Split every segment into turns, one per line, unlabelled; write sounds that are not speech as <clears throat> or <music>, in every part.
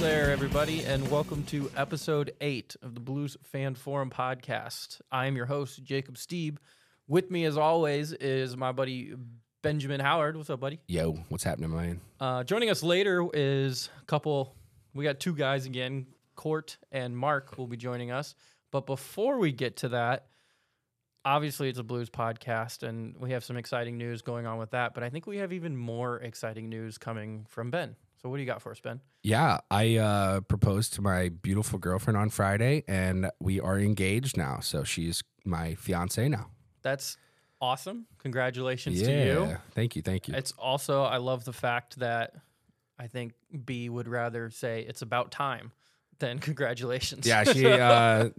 there, everybody, and welcome to episode eight of the Blues Fan Forum podcast. I am your host, Jacob Steeb. With me, as always, is my buddy Benjamin Howard. What's up, buddy?
Yo, what's happening, man?
Uh, joining us later is a couple. We got two guys again. Court and Mark will be joining us. But before we get to that, obviously it's a blues podcast, and we have some exciting news going on with that. But I think we have even more exciting news coming from Ben. So what do you got for us, Ben?
Yeah, I uh, proposed to my beautiful girlfriend on Friday, and we are engaged now. So she's my fiance now.
That's awesome. Congratulations
yeah,
to you.
thank you, thank you.
It's also I love the fact that I think B would rather say it's about time than <laughs> congratulations.
<laughs> yeah, she uh,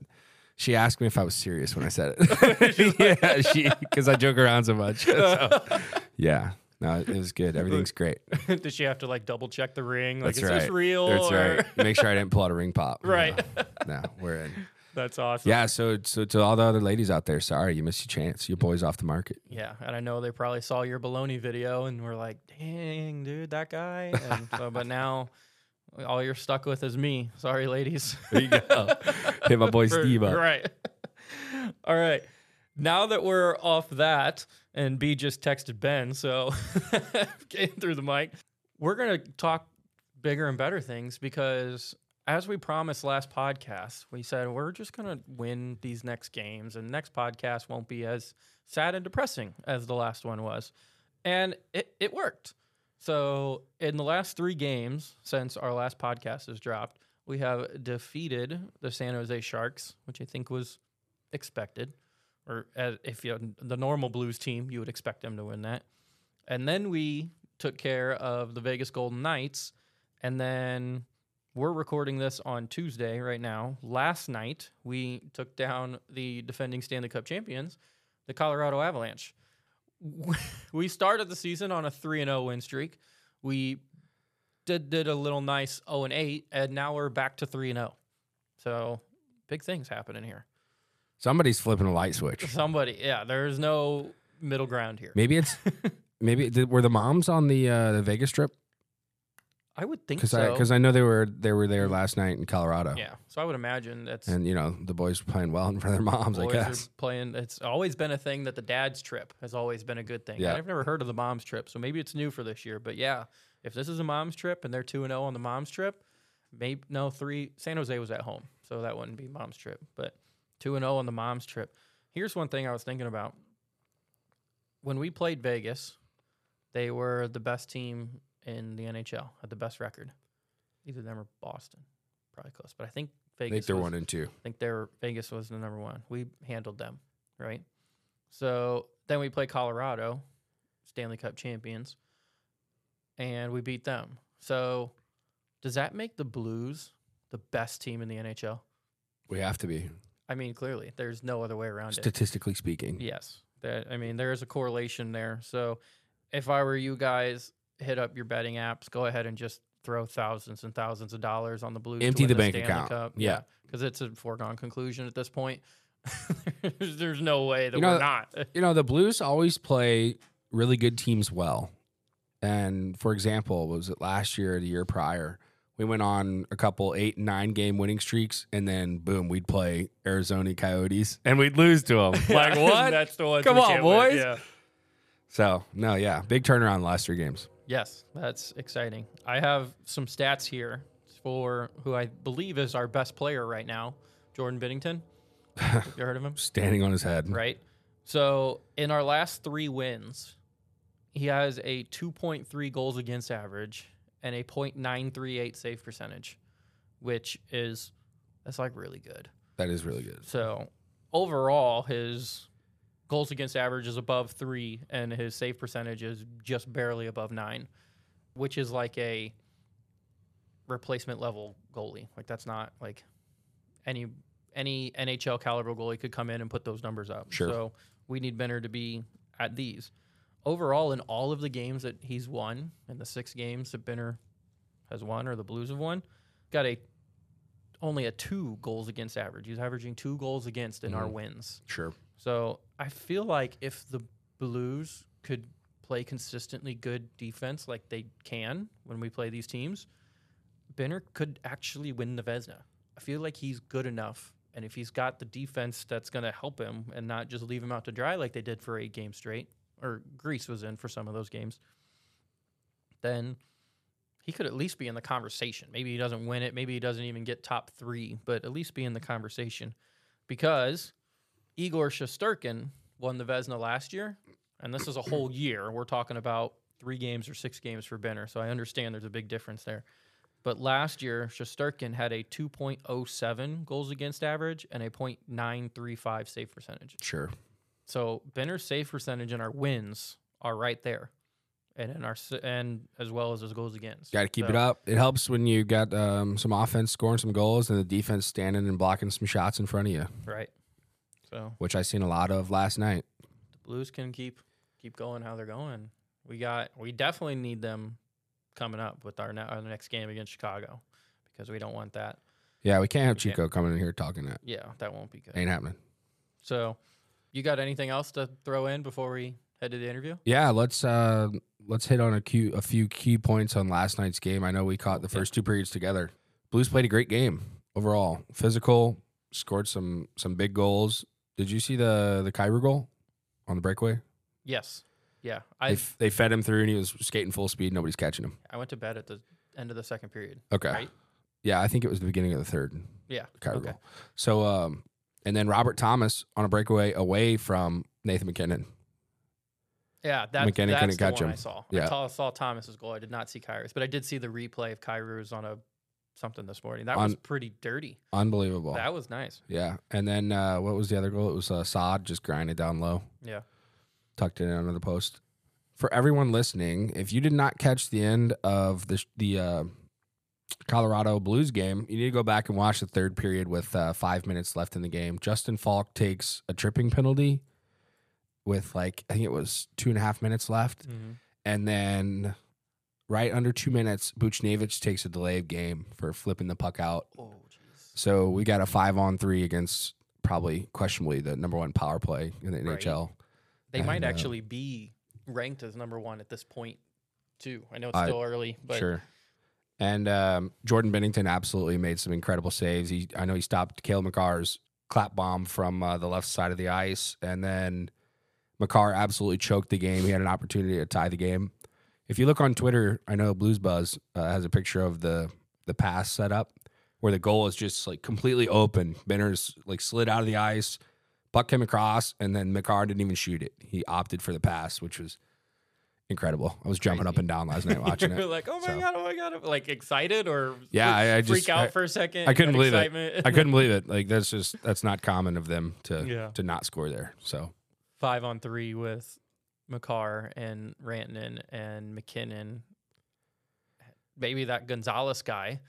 she asked me if I was serious when I said
<laughs>
it. <laughs> yeah, she because I joke around so much. <laughs> So, yeah, no, it was good. Everything's great.
Does she have to like double check the ring? Like
That's
is
right.
this real?
That's
or-
right. Make sure I didn't pull out a ring pop.
<laughs> Right.
No, no, we're in.
<laughs> That's awesome.
Yeah, so so to all the other ladies out there, sorry you missed your chance. Your boy's off the market.
Yeah, and I know they probably saw your baloney video and were like, "Dang, dude, that guy." And so, but now, all you're stuck with is me. Sorry, ladies. <laughs>
There you go. <laughs> Hit my boy
For-
Steve up.
Right. All right. <laughs> Now that we're off that, and B just texted Ben, so <laughs> came through the mic. We're gonna talk bigger and better things because, as we promised last podcast, we said we're just gonna win these next games, and next podcast won't be as sad and depressing as the last one was, and it it worked. So in the last three games since our last podcast has dropped, we have defeated the San Jose Sharks, which I think was expected, or as if you the normal Blues team, you would expect them to win that. And then we took care of the Vegas Golden Knights, and then we're recording this on Tuesday right now. Last night we took down the defending Stanley Cup champions, the Colorado Avalanche. We started the season on a three and zero win streak. We did did a little nice 0 and 8 and now we're back to 3 and 0. So big things happening here.
Somebody's flipping a light switch.
Somebody, yeah, there's no middle ground here.
Maybe it's maybe did, were the moms on the uh, the Vegas trip
I would think
because
so.
I because I know they were they were there last night in Colorado.
yeah. So I would imagine that's
And you know the boys were playing well <laughs> in front of their moms. I
boys are
guess.
playing it's always been a thing that the dad's trip has always been a good thing.
Yeah.
I've never heard of the mom's trip, so maybe it's new for this year, but yeah, if this is a mom's trip and they're 2 and 0 on the mom's trip, maybe no, 3 San Jose was at home, so that wouldn't be mom's trip, but 2 and 0 on the mom's trip. Here's one thing I was thinking about. When we played Vegas, they were the best team in the NHL, had the best record. Either them or Boston, probably close, but I think
I
Vegas
think they're
was-
one and two.
I think they were Vegas was the number one. We handled them, right? So then we play Colorado, Stanley Cup champions, and we beat them. So does that make the Blues the best team in the NHL?
We have to be
I mean, clearly, there's no other way around it.
statistically speaking.
Yes. That, I mean, there is a correlation there. So if I were you guys, hit up your betting apps, go ahead and just throw thousands and thousands of dollars on the Blues. to
Empty
win
the bank
Stanley
account.
Cup.
Yeah.
Because it's a foregone conclusion at this point. <laughs> there's, there's no way that
You know,
we're
<laughs>
not.
You know the Blues always play really good teams well. And for example, was it last year or the year prior? We went on a couple eight nine game winning streaks, and then boom, we'd play Arizona Coyotes and we'd lose to <laughs> them.
<laughs>
Like what?
That's the one.
Come
we
on,
can't win.
boys.
Yeah.
So no, yeah, big turnaround last three games.
Yes, that's exciting. I have some stats here for who I believe is our best player right now, Jordan
<laughs>
Binnington. you heard of him?
Standing on his head.
right? So in our last three wins, he has a 2.3 goals against average and a .938 save percentage, which is that's like really good.
That is really good.
So overall, his goals against average is above three, and his save percentage is just barely above nine, which is like a replacement level goalie. Like that's not like any any NHL caliber goalie could come in and put those numbers up.
Sure.
So we need Benner to be at these. Overall, in all of the games that he's won, in the six games that Benner has won or the Blues have won, got a only a two goals against average. He's averaging two goals against in our wins.
Sure.
So I feel like if the Blues could play consistently good defense like they can when we play these teams, Binner could actually win the Vesna. I feel like he's good enough. And if he's got the defense that's going to help him and not just leave him out to dry like they did for eight games straight, or Greece was in for some of those games, then he could at least be in the conversation. Maybe he doesn't win it. Maybe he doesn't even get top three, but at least be in the conversation because Igor Shosturkin won the Vesna last year. And this is a whole year. We're talking about three games or six games for Benner. So I understand there's a big difference there. But last year, Shosturkin had a 2.07 goals against average and a 0.935 save percentage.
Sure.
So Benner's save percentage and our wins are right there, and in our s- and as well as his goals against.
Got to keep
So-
it up. It helps when you got um, some offense scoring some goals and the defense standing and blocking some shots in front of you,
right? So
which I seen a lot of last night.
the Blues can keep keep going how they're going. We got we definitely need them coming up with our, ne- our next game against Chicago because we don't want that.
Yeah, we can't have
We can't.
Chico coming in here talking that.
Yeah, that won't be good.
Ain't happening.
So, you got anything else to throw in before we head to the interview?
Yeah, let's uh let's hit on a few a few key points on last night's game. I know we caught the
Yeah.
first two periods together. Blues played a great game overall. Physical, scored some some big goals. Did you see the the Kyra goal on the breakaway?
Yes. Yeah.
They,
I
f- they fed him through and he was skating full speed. Nobody's catching him.
I went to bed at the end of the second period.
Okay.
Right?
Yeah, I think it was the beginning of the third.
Yeah.
Kyra
Okay.
goal. So um and then Robert Thomas on a breakaway away from Nathan McKinnon.
Yeah, that,
McKenna
that's
couldn't
the
catch
one I
him.
saw. I
Yeah.
saw, saw Thomas's goal. I did not see Kairos, but I did see the replay of Kairos on a something this morning. That was
On-
pretty dirty.
Unbelievable.
That was nice.
Yeah, and then uh, what was the other goal? It was uh, Saad just grinded down low.
Yeah.
tucked it in under the post. For everyone listening, if you did not catch the end of the sh- the uh, Colorado Blues game, you need to go back and watch the third period with uh, five minutes left in the game. Justin Falk takes a tripping penalty with like I think it was two and a half minutes left, and then right under two minutes, Buchnevich takes a delay of game for flipping the puck out
Oh, jeez.
so we got a five on three against probably questionably the number one power play in the
Right.
NHL.
They might
And, uh,
actually be ranked as number one at this point, too. I know it's
I-
still early, but <laughs>
Sure. And um, Jordan Bennington absolutely made some incredible saves. He, I know he stopped Kale McCarr's clap bomb from uh, the left side of the ice, and then McCarr absolutely choked the game. He had an opportunity to tie the game. If you look on Twitter, I know Blues Buzz uh, has a picture of the the pass setup where the goal is just like completely open. Benner's like slid out of the ice, puck came across, and then McCarr didn't even shoot it. He opted for the pass, which was incredible. I was jumping
Crazy.
up and down last night
<laughs>
watching it.
You're like, oh my
So-
god, oh my god, like excited or
Yeah,
freak-
I- I
freak
just-
out
I-
for a second.
I couldn't
that
believe it.
excitement.
I couldn't believe it. Like that's just that's not common of them to
Yeah.
to not score there. So
<laughs> Five on three with McCarr and Rantanen and McKinnon. Maybe that Gonzalez guy.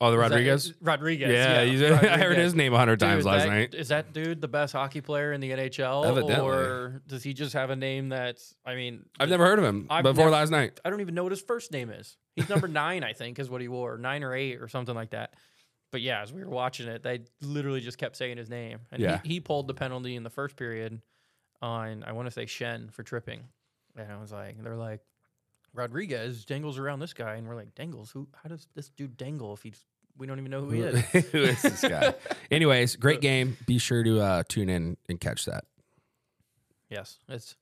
oh, the
Is that-
Rodriguez.
is- Rodriguez.
yeah, he's, I heard his name a <laughs> hundred times last night.
Is that dude the best hockey player in the NHL,
Evidently.
or does he just have a name that's? I mean,
I've never heard of him
I've
before
never-
last night.
I don't even know what his first name is. He's number <laughs> nine, I think, is what he wore, nine or eight or something like that. But yeah, as we were watching it, they literally just kept saying his name, and
Yeah.
he, he pulled the penalty in the first period on I want to say Shen for tripping, and I was like, they're like Rodriguez dangles around this guy, and we're like, dangles? Who? How does this dude dangle if he's we don't even know <laughs> who
<laughs>
he is?
Who is this guy? Anyways, great game. Be sure to uh, tune in and catch that.
Yes, it's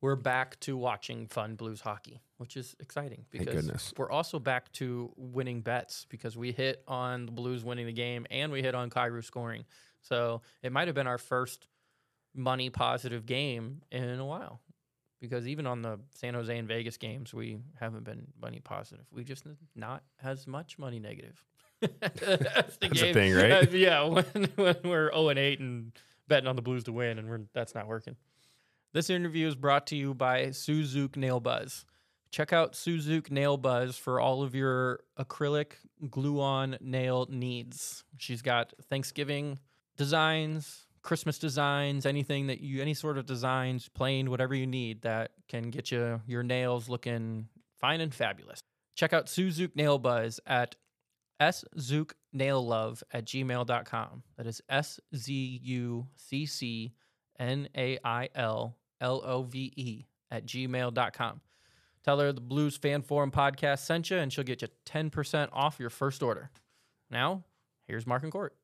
we're back to watching fun blues hockey, which is exciting
Thank
because
goodness.
we're also back to winning bets because we hit on the Blues winning the game and we hit on Cairo scoring. So it might have been our first money positive game in a while because even on the San Jose and Vegas games, we haven't been money positive. We just n- not as much money negative. <laughs> that's the
That's a thing, right?
Uh, yeah, <laughs> when, when we're 0 and 8 and betting on the Blues to win, and we're, that's not working. This interview is brought to you by Suzuki Nail Buzz. Check out Suzuki Nail Buzz for all of your acrylic glue on nail needs. She's got Thanksgiving designs, Christmas designs, anything that you, any sort of designs, plain, whatever you need that can get you your nails looking fine and fabulous. Check out Suzuki Nail Buzz at szooknaillove at gmail.com. That is S Z U C C N A I L L O V E at gmail.com. Tell her the Blues Fan Forum podcast sent you, and she'll get you 10% off your first order. Now, here's Mark and Court.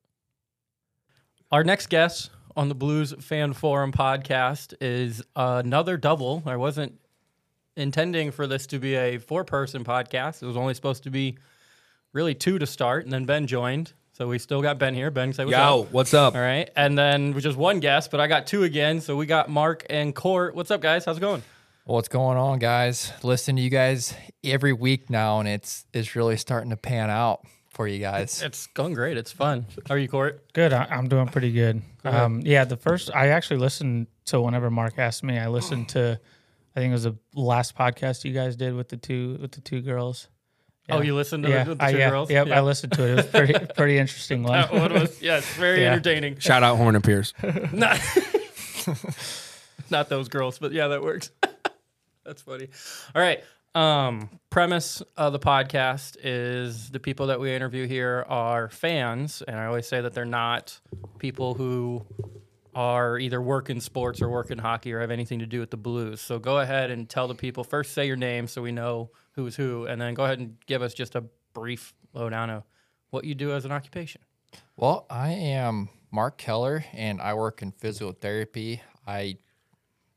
Our next guest on the Blues Fan Forum podcast is another double. I wasn't intending for this to be a four person podcast, it was only supposed to be really two to start, and then Ben joined. So we still got Ben here. Ben, say what's up.
Yo, what's up?
All right. And then we just one guest, but I got two again. So we got Mark and Court. What's up, guys? How's it going?
What's going on, guys? Listen to you guys every week now, and it's it's really starting to pan out for you guys.
<laughs> It's going great. It's fun. How are you, Court?
Good. I, I'm doing pretty good. Um, yeah, the first I actually listened to whenever Mark asked me, I listened to, I think it was the last podcast you guys did with the two with the two girls.
Oh, you listened to
yeah,
the, the two
I, yeah,
girls? Oh.
Yep, I listened to it. It was pretty pretty interesting one.
<laughs> That one was, yes, very
Yeah.
entertaining.
Shout out Horn and Pierce.
<laughs> Not, not those girls, but yeah, that works. <laughs> That's funny. All right. Um, premise of the podcast is the people that we interview here are fans, and I always say that they're not people who are either work in sports or work in hockey or have anything to do with the blues. So go ahead and tell the people first say your name so we know who's who, and then go ahead and give us just a brief lowdown of what you do as an occupation.
Well, I am Mark Keller, and I work in physical therapy. I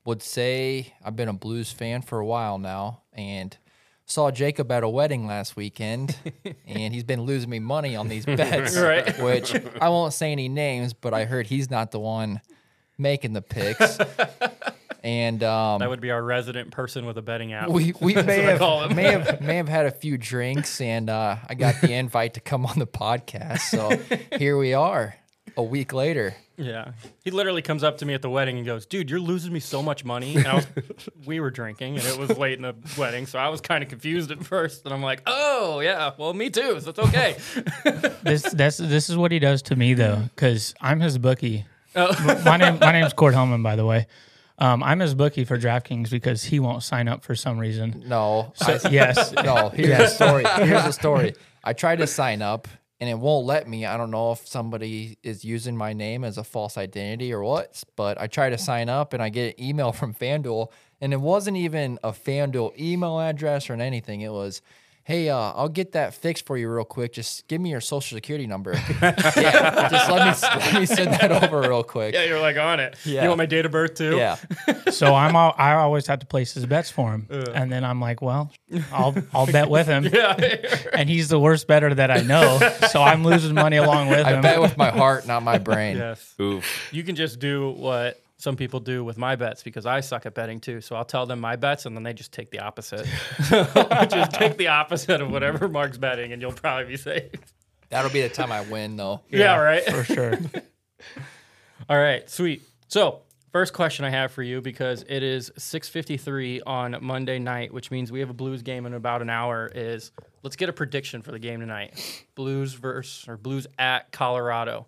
would say I've been a blues fan for a while now, and saw Jacob at a wedding last weekend, and he's been losing me money on these bets,
Right.
which I won't say any names, but I heard he's not the one making the picks. And
<laughs>
um,
That would be our resident person with a betting app. <laughs>
we we may
what I call
have,
him.
may have may have had a few drinks, and uh, I got the invite to come on the
<laughs>
podcast. So here we are, a week later.
Yeah. He literally comes up to me at the wedding and goes, Dude, you're losing me so much money. And I
<laughs>
was, we were drinking and it was late in the wedding. So I was kind of confused at first. And I'm like, Oh, yeah. Well, me too. So it's
<laughs>
okay.
This that's this is what he does to me though, because I'm his bookie.
Oh,
my name my name's Court Hellman, by the way. Um, I'm his bookie for DraftKings because he won't sign up for some reason.
No,
So, yes,
I, no. Here's a story. Here's a story. I tried to sign up, and it won't let me. I don't know if somebody is using my name as a false identity or what. But I try to sign up, and I get an email from FanDuel, and it wasn't even a FanDuel email address or anything. It was. Hey, uh, I'll get that fixed for you real quick. Just give me your social security number. yeah, just let me let me send that over real quick.
yeah. You're like on it.
Yeah.
You want my date of birth too?
Yeah,
So I'm all, I always have to place his bets for him, and then I'm like, well, I'll I'll bet
<laughs>
with him,
Yeah.
and he's the worst better that I know, so I'm losing money along with
I
him.
bet with my heart, not my brain.
yes. You can just do what some people do with my bets because I suck at betting too. So I'll tell them my bets and then they just take the
<laughs>
opposite. <laughs> just take the opposite of whatever Mark's betting and you'll probably be safe.
That'll be the time I win, though.
yeah right.
for sure.
<laughs> All right, sweet. So, first question I have for you because it is 6:53 on Monday night, which means we have a Blues game in about an hour is let's get a prediction for the game tonight. Blues versus or Blues at Colorado.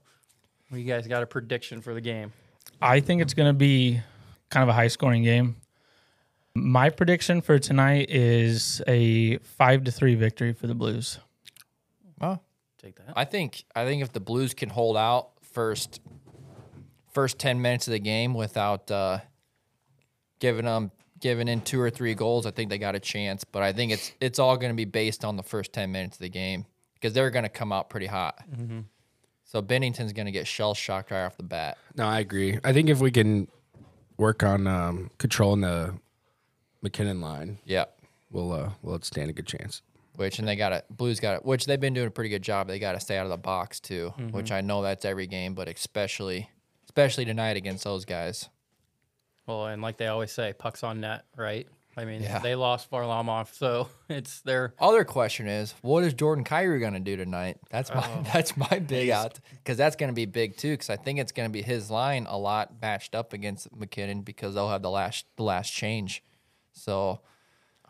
You guys got a prediction for the game?
I think it's going to be kind of a high scoring game. My prediction for tonight is a five to three victory for the Blues.
Well,
Take that.
I think I think if the Blues can hold out first first ten minutes of the game without uh, giving them giving in two or three goals, I think they got a chance. But I think it's it's all going to be based on the first ten minutes of the game because they're going to come out pretty hot. So Bennington's going to get shell shocked right off the bat.
No, I agree. I think if we can work on um, controlling the McKinnon line,
Yep.
we'll uh, we'll stand a good chance.
Which and they got it. Blues got it. Which they've been doing a pretty good job. They got to stay out of the box too. Which I know that's every game, but especially especially tonight against those guys.
Well, and like they always say, pucks on net, right? I mean,
Yeah.
they lost Varlamov, so <laughs> it's their
Other question is, what is Jordan Kyrie going to do tonight? That's my
Oh.
<laughs> that's my big out because that's going to be big too. Because I think it's going to be his line a lot matched up against McKinnon because they'll have the last the last change. So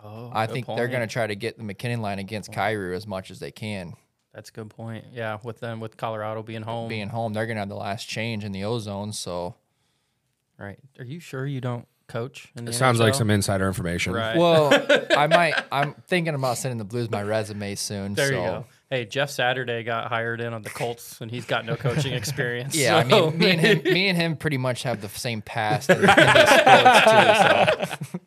Oh,
I think they're going to try to get the McKinnon line against Kyrie as much as they can.
That's a good point. Yeah, with them with Colorado being home.
Being home, they're going to have the last change in the ozone. So
right. Are you sure you don't coach? in the
It sounds like
NHL?
some insider information. <laughs>
Right.
well,
<laughs>
I might I'm thinking about sending the Blues my resume soon.
There
so.
you go. Hey, Jeff Saturday got hired in on the Colts, <laughs> and he's got no coaching
<laughs>
experience.
Yeah, I
so-
mean, me and him, me and him pretty much have the same past in, in sports too.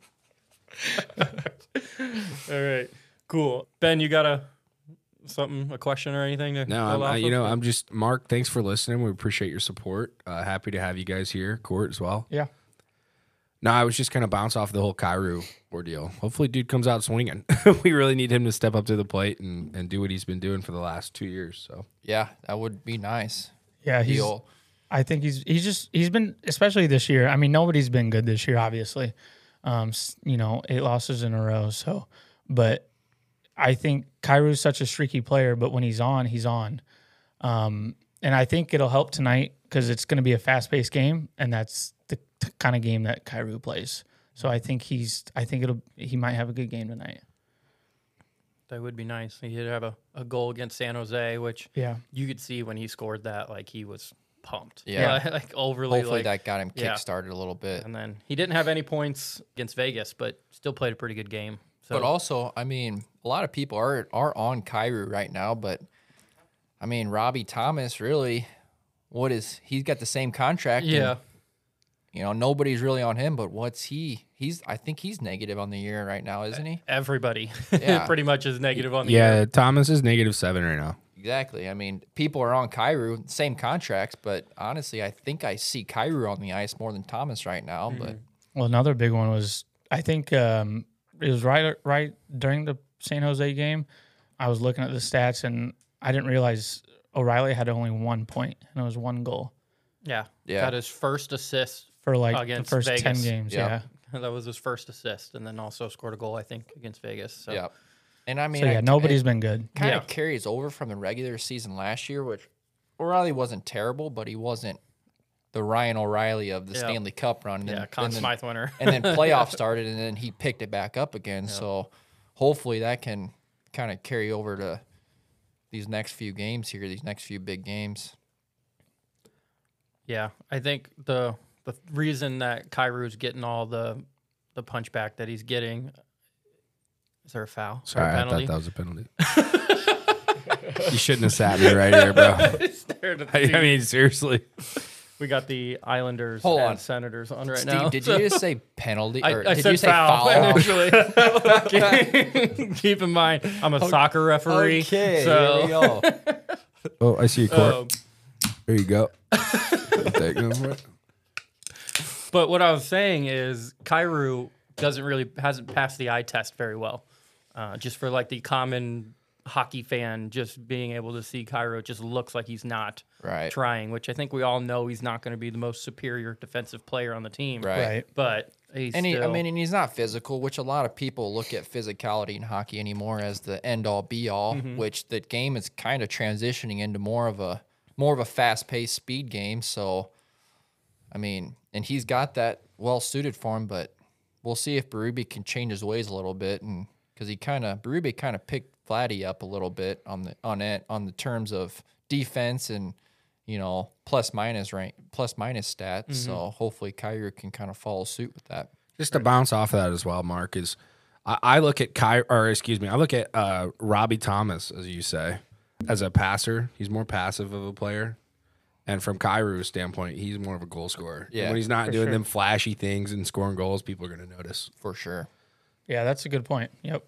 So.
<laughs> All right. Cool. Ben, you got a something, a question or anything to
No,
build
I'm,
off
I, you
of?
know, I'm just Mark. Thanks for listening. We appreciate your support. Uh, happy to have you guys here, Court as well.
Yeah.
No, I was just kind of bounce off the whole Cairo ordeal. Hopefully, dude comes out swinging. <laughs> we really need him to step up to the plate and, and do what he's been doing for the last two years. So
Yeah, that would be nice.
Yeah, he's.
Deal.
I think he's he's just he's been especially this year. I mean, nobody's been good this year, obviously. Um, s- you know, eight losses in a row. So, but I think Kairu's such a streaky player. But when he's on, he's on. Um, and I think it'll help tonight because it's going to be a fast-paced game, and that's the t- kind of game that Kairu plays. So I think he's I think it'll he might have a good game tonight.
That would be nice. He did have a, a goal against San Jose, which
Yeah.
you could see when he scored that, like he was pumped.
Yeah.
<laughs> Like, like, overly
Hopefully
like
that got him
yeah.
kickstarted a little bit.
and then he didn't have any points against Vegas, but still played a pretty good game. So
But also, I mean, a lot of people are are on Cairo right now, but I mean, Robbie Thomas really what is he's got the same contract. and,
yeah.
you know, nobody's really on him, but what's he? He's I think he's negative on the year right now, isn't he?
Everybody
Yeah.
<laughs> pretty much is negative on the year.
yeah, Thomas is negative seven right now.
Exactly. I mean, people are on Cairo, same contracts, but honestly, I think I see Cairo on the ice more than Thomas right now,
Mm-hmm.
but
Well, another big one was I think um, it was right right during the San Jose game. I was looking at the stats and I didn't realize O'Reilly had only one point and it was one goal
Yeah.
Yeah.
Got his first assist. <laughs>
for like
Against
the first ten
Vegas.
games.
Yeah.
Yeah,
That was his first assist, and then also scored a goal, I think, against Vegas. So
yeah. And I mean,
so
I-
yeah, nobody's been good.
kind of
Yeah.
carries over from the regular season last year, which O'Reilly wasn't terrible, but he wasn't the Ryan O'Reilly of the
Yeah.
Stanley Cup run. And,
yeah,
then-
Conn
and then,
Smythe winner.
and then playoff started, and then he picked it back up again. So hopefully that can kind of carry over to these next few games here, these next few big games.
<laughs> Yeah, I think the the reason that Kairu's getting all the the punchback that he's getting is there a foul? Is there
Sorry,
a
I
<laughs>
thought
penalty?
that was a penalty. you shouldn't have sat me right here,
<laughs>
bro.
Stared
<laughs>
at the
I,
TV.
I mean, seriously.
<laughs> we got the Islanders
Hold
and
on.
Senators on right
Steve,
now.
did
so-
you
<laughs>
just say penalty?
I,
Or
I
did
said
you say
foul, <laughs>
foul? <laughs>
initially. <laughs> Keep in mind, I'm a soccer referee.
Okay,
so,
here we go.
Oh, I see a court.
um,
there you
<laughs>
go. Thank you for it.
But what I was saying is, Kairu doesn't really hasn't passed the eye test very well. Uh, just for like the common hockey fan, just being able to see Cairo just looks like he's not
<laughs> Right.
trying, which I think we all know he's not going to be the most superior defensive player on the team.
Right. Right.
But he's
And he, I
still-
mean, and he's not physical, which a lot of people look at physicality in hockey anymore as the end all be all. Which the game is kind of transitioning into more of a more of a fast paced speed game. So, I mean, and he's got that well suited for him, but we'll see if Berube can change his ways a little bit, and because he kind of Berube kind of picked Vladdy up a little bit on the on it on the terms of defense and. You know, plus minus rank, plus minus stats. So hopefully, Kyrie can kind of follow suit with that.
Just to bounce off that as well, Mark is I, I look at Ky or excuse me, I look at uh, Robbie Thomas, as you say, as a passer. He's more passive of a player. And from Kairu's standpoint, he's more of a goal scorer. And
Yeah,
when he's not doing them flashy things and scoring goals, people are gonna notice.
For sure.
Yeah, that's a good point. Yep.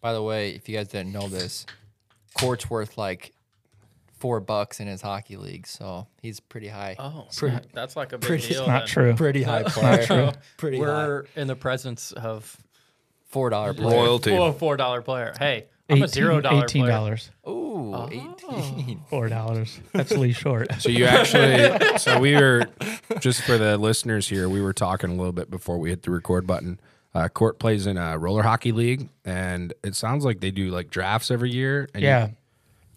By the way, if you guys didn't know this, Court's worth like four bucks in his hockey league, so he's pretty high.
oh, that's like a big deal.
Not
then.
true.
Pretty high player. Pretty high.
We're in the presence of
Four dollar player.
Royalty.
well, a four dollar player. Hey, I'm a zero dollar
Eighteen
player.
dollars.
Ooh, 18.
Four dollars. That's Lee Short.
So you actually, so we were just for the listeners here. We were talking a little bit before we hit the record button. Uh, Court plays in a roller hockey league, and it sounds like they do like drafts every year. And you-
<laughs> Yeah.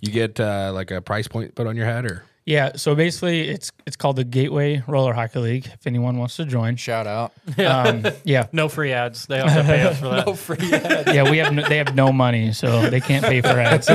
you, get uh, like a price point put on your head, or
Yeah. So basically, it's it's called the Gateway Roller Hockey League. If anyone wants to join,
Shout out.
um, yeah,
No free ads. They have to pay us Oh, for that.
<laughs>
yeah, we have no, they have no money, so they can't pay for ads.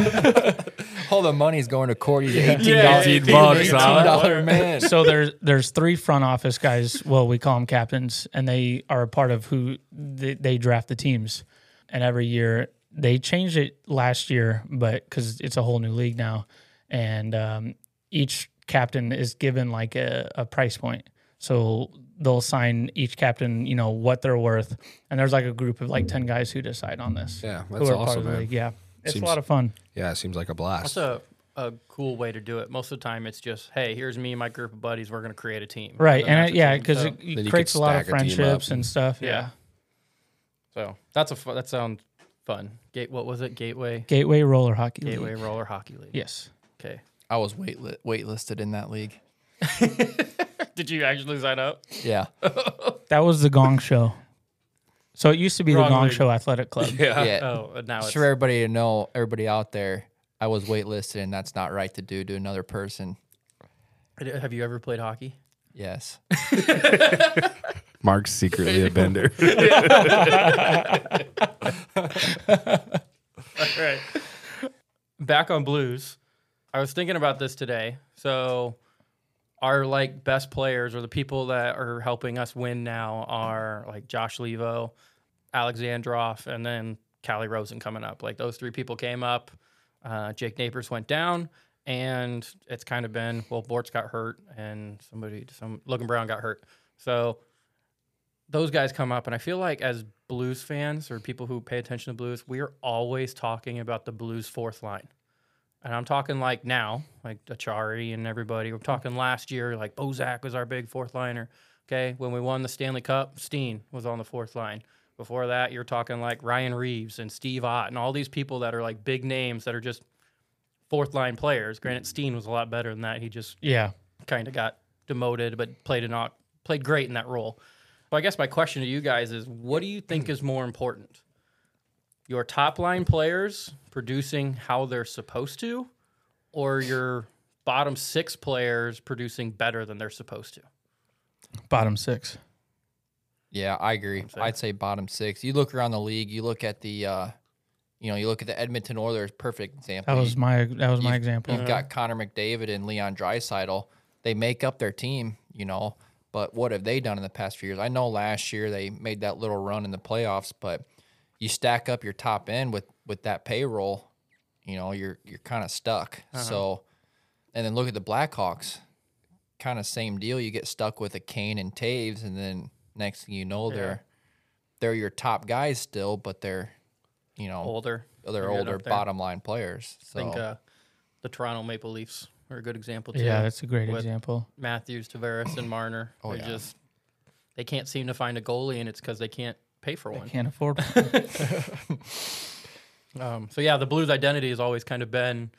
<laughs>
All the money's going to Court. He's an $18,
Yeah,
$18
$18,
dollar man.
so there's there's three front office guys. Well, we call them captains, and they are a part of who they, they draft the teams. And every year they changed it last year, but because it's a whole new league now, and um, each captain is given like a, a price point. So they'll sign each captain, you know, what they're worth. And there's like a group of like 10 guys who decide on this.
Yeah,
who
that's
are part
awesome,
of the
man.
league. Yeah. It's
Seems-
a lot of fun.
Yeah, it seems like a blast.
That's a, a cool way to do it. Most of the time, it's just, hey, here's me and my group of buddies. We're going to create a team.
Right. And
that's
it,
a
yeah,
team,
because
so-
it, it
Then you
creates a
could
lot of
stack a team up
friendships and
and-
stuff. Yeah.
Yeah. So that's a fu- that sounds fun. Gate, what was it? Gateway,
Gateway Roller Hockey League.
Gateway Roller Hockey League.
Yes.
Okay.
I was wait li- waitlisted in that league.
Did you actually sign up?
Yeah,
That was the Gong Show. So it used to be
Wrong
the Gong
league.
Show Athletic Club.
yeah.
Oh, and now it's
Just for everybody to know, everybody out there, I was waitlisted, and that's not right to do to another person.
Have you ever played hockey?
Yes.
Mark's secretly a bender.
All right. Back on blues. I was thinking about this today. So our like best players or the people that are helping us win now are like Josh Levo, Alexandrov, and then Callie Rosen coming up. Like those three people came up. Uh, Jake Neighbors went down, and it's kind of been well, Bortz got hurt, and somebody, some Logan Brown got hurt. So those guys come up, and I feel like as blues fans or people who pay attention to blues, we are always talking about the blues fourth line. And I'm talking like now, like Achari and everybody. We're talking last year, like Bozak was our big fourth liner. Okay. When we won the Stanley Cup, Steen was on the fourth line. Before that, you're talking like Ryan Reeves and Steve Ott and all these people that are like big names that are just fourth line players. Granted, Steen was a lot better than that. He just
Yeah.
kind of got demoted, but played an au- played great in that role. So I guess my question to you guys is, what do you think is more important? Your top line players producing how they're supposed to, or your bottom six players producing better than they're supposed to?
Bottom six.
Yeah, I agree. I'd say bottom six. You look around the league. You look at the, uh, you know, you look at the Edmonton Oilers. Perfect example.
That was
You-
my that was my
you've-
example.
You've
Uh-huh.
got Connor McDavid and Leon Dreisidel. They make up their team, you know. But what have they done in the past few years? I know last year they made that little run in the playoffs, but you stack up your top end with with that payroll, you know, you're you're kind of stuck.
Uh-huh.
So, and then look at the Blackhawks, kind of same deal. You get stuck with a Kane and Taves, and then next thing you know, they're they're your top guys still, but they're you know
Older.
they're
good
older
up there.
bottom line players. So
I think uh, the Toronto Maple Leafs are a good example too.
yeah, that's a great
with
example.
Matthews, Tavares, and Marner. Oh, they
yeah.
just they can't seem to find a goalie, and it's because they can't pay for one.
Can't afford
Um, so yeah, the Blues' identity has always kind of been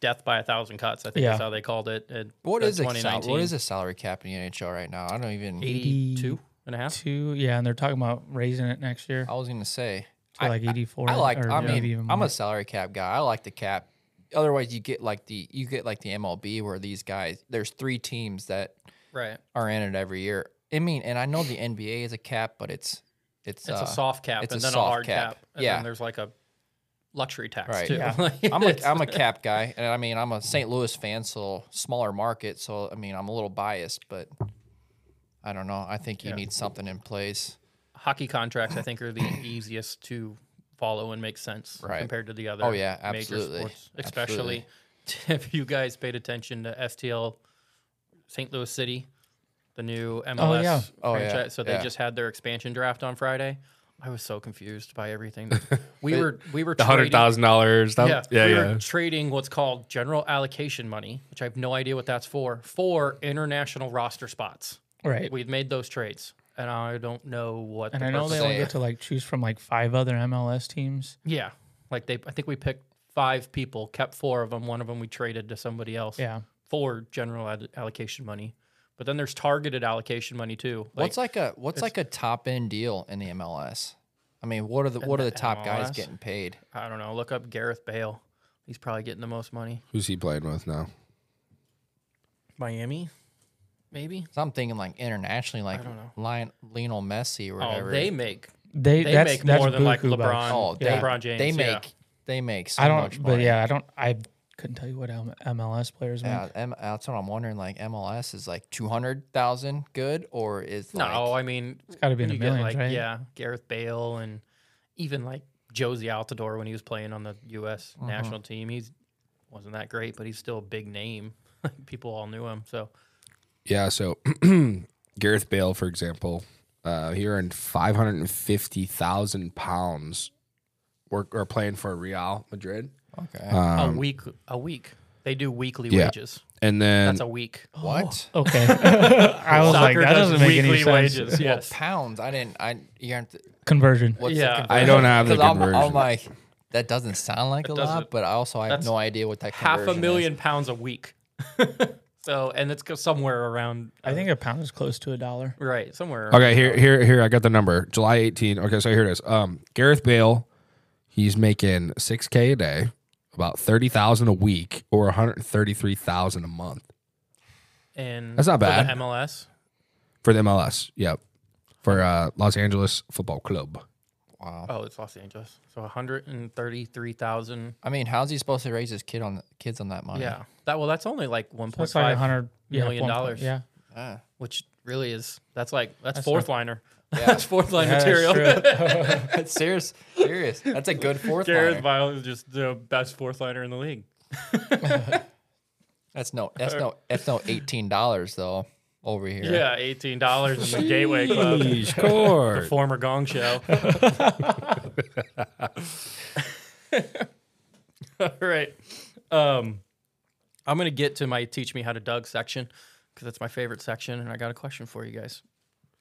death by a thousand cuts. I think
Yeah.
that's how they called it. At,
What
at
is a sal-
2019.
what is a salary cap in the NHL right now? I don't even.
82 and a half?
<laughs> two. Yeah, and they're talking about raising it next year
I was gonna say.
to like eighty four.
I like. I
maybe
mean,
even
I'm
more.
a salary cap guy. I like the cap. Otherwise, you get like the you get like the MLB where these guys. There's three teams that
Right.
are in it every year. I mean, and I know the NBA is a cap, but it's it's,
It's
uh,
a soft cap
it's a
and then a
soft
hard cap.
cap.
And
Yeah.
then there's like a luxury tax
Right.
too.
Yeah.
<laughs> Like,
I'm a
it's-
I'm a cap guy, and I mean I'm a St. Louis fan, so smaller market. So I mean I'm a little biased, but I don't know. I think you need something in place.
hockey contracts I think are the easiest to follow and make sense
Right.
compared to the other
Oh, yeah,
major
absolutely.
sports. Especially <laughs> if you guys paid attention to STL St. Louis City, the new MLS
yeah.
Oh, yeah,
franchise. So they
yeah.
just had their expansion draft on Friday. I was so confused by
<laughs>
everything. We were we were
The hundred
trading-
thousand dollars.
yeah,
Yeah, yeah,
we
yeah.
Were trading what's called general allocation money, which I have no idea what that's for, for international roster spots.
right.
We've made those trades, and I don't know what.
And
the
I know
purpose-
they
Say
only
it.
get to like choose from like five other MLS teams.
yeah, like they. I think we picked five people, kept four of them. One of them we traded to somebody else.
Yeah.
for general ad- allocation money, but then there's targeted allocation money too.
what's like a what's like a top end deal in the MLS? I mean, what are the what are the
the
top guys
MLS?
getting paid?
I don't know. Look up Gareth Bale. He's probably getting the most money.
Who's he playing with now?
Miami, maybe.
So I'm thinking like internationally, like Lion, Lionel Messi or
Oh,
whatever.
they make
They,
they
that's,
make
that's
more than like
buku bucks.
LeBron,
oh, they,
Yeah.
LeBron James.
They make
yeah.
they make so
I don't.
much money.
But yeah, I don't. I couldn't tell you what M- MLS players make.
Yeah, M- that's what I'm wondering. Like MLS is like two hundred thousand good, or is like,
No, I mean it's
gotta be in the millions,
like,
right?
Yeah, Gareth Bale and even like Josie Altador when he was playing on the U.S.
Uh-huh.
national team, he's wasn't that <laughs> great, but he's still a big name. People all knew him. So
Yeah, so <clears throat> Gareth Bale, for example, uh, he earned 550,000 pounds work or playing for Real Madrid.
Okay.
a week, a week. They do weekly
Um, yeah.
wages.
And then
That's a week.
what?
Okay. <laughs> I was like,
Soccer
that
does
doesn't make any
weekly
sense.
wages, Yes.
Pounds. I didn't. I you aren't.
Conversion.
What's
Yeah.
the
I don't have the
'Cause I'm- I'm,
conversion.
like, that doesn't sound like a
doesn't-
lot, but I also have
that's
no idea what that
half a
conversion is.
million pounds a week. <laughs> so, and it's go- somewhere around.
I think a pound is close to a dollar.
Right, somewhere. around-
Okay, here, here, here. I got the number. July 18. Okay, so here it is. Um, Gareth Bale, he's making 6K a day, about 30,000 a week, or 133,000 a month
And
That's not
for the
bad.
MLS.
for the MLS. Yep, for uh, Los Angeles Football Club.
Wow.
Oh, it's Los Angeles. So 133,000.
I mean, how's he supposed to raise his kid on kids on that money?
Yeah. That well, that's only like
That's like
1.5,
100 yeah,
million
one-
dollars.
Yeah.
Ah.
which really is that's like that's,
That's
fourth liner. <laughs>
Yeah.
that's fourth line
Yeah, that's
material.
true.
That's serious. Serious. That's a good fourth
Gareth
liner.
Bale is just the best fourth liner in the league.
That's no. That's no. That's no. Eighteen dollars though. Over here.
Yeah, eighteen dollars in the Gateway Club,
<laughs> Jeez, Court.
former Gong Show. <laughs> All right, um, I'm gonna get to my teach me how to Doug section because that's my favorite section, and I got a question for you guys.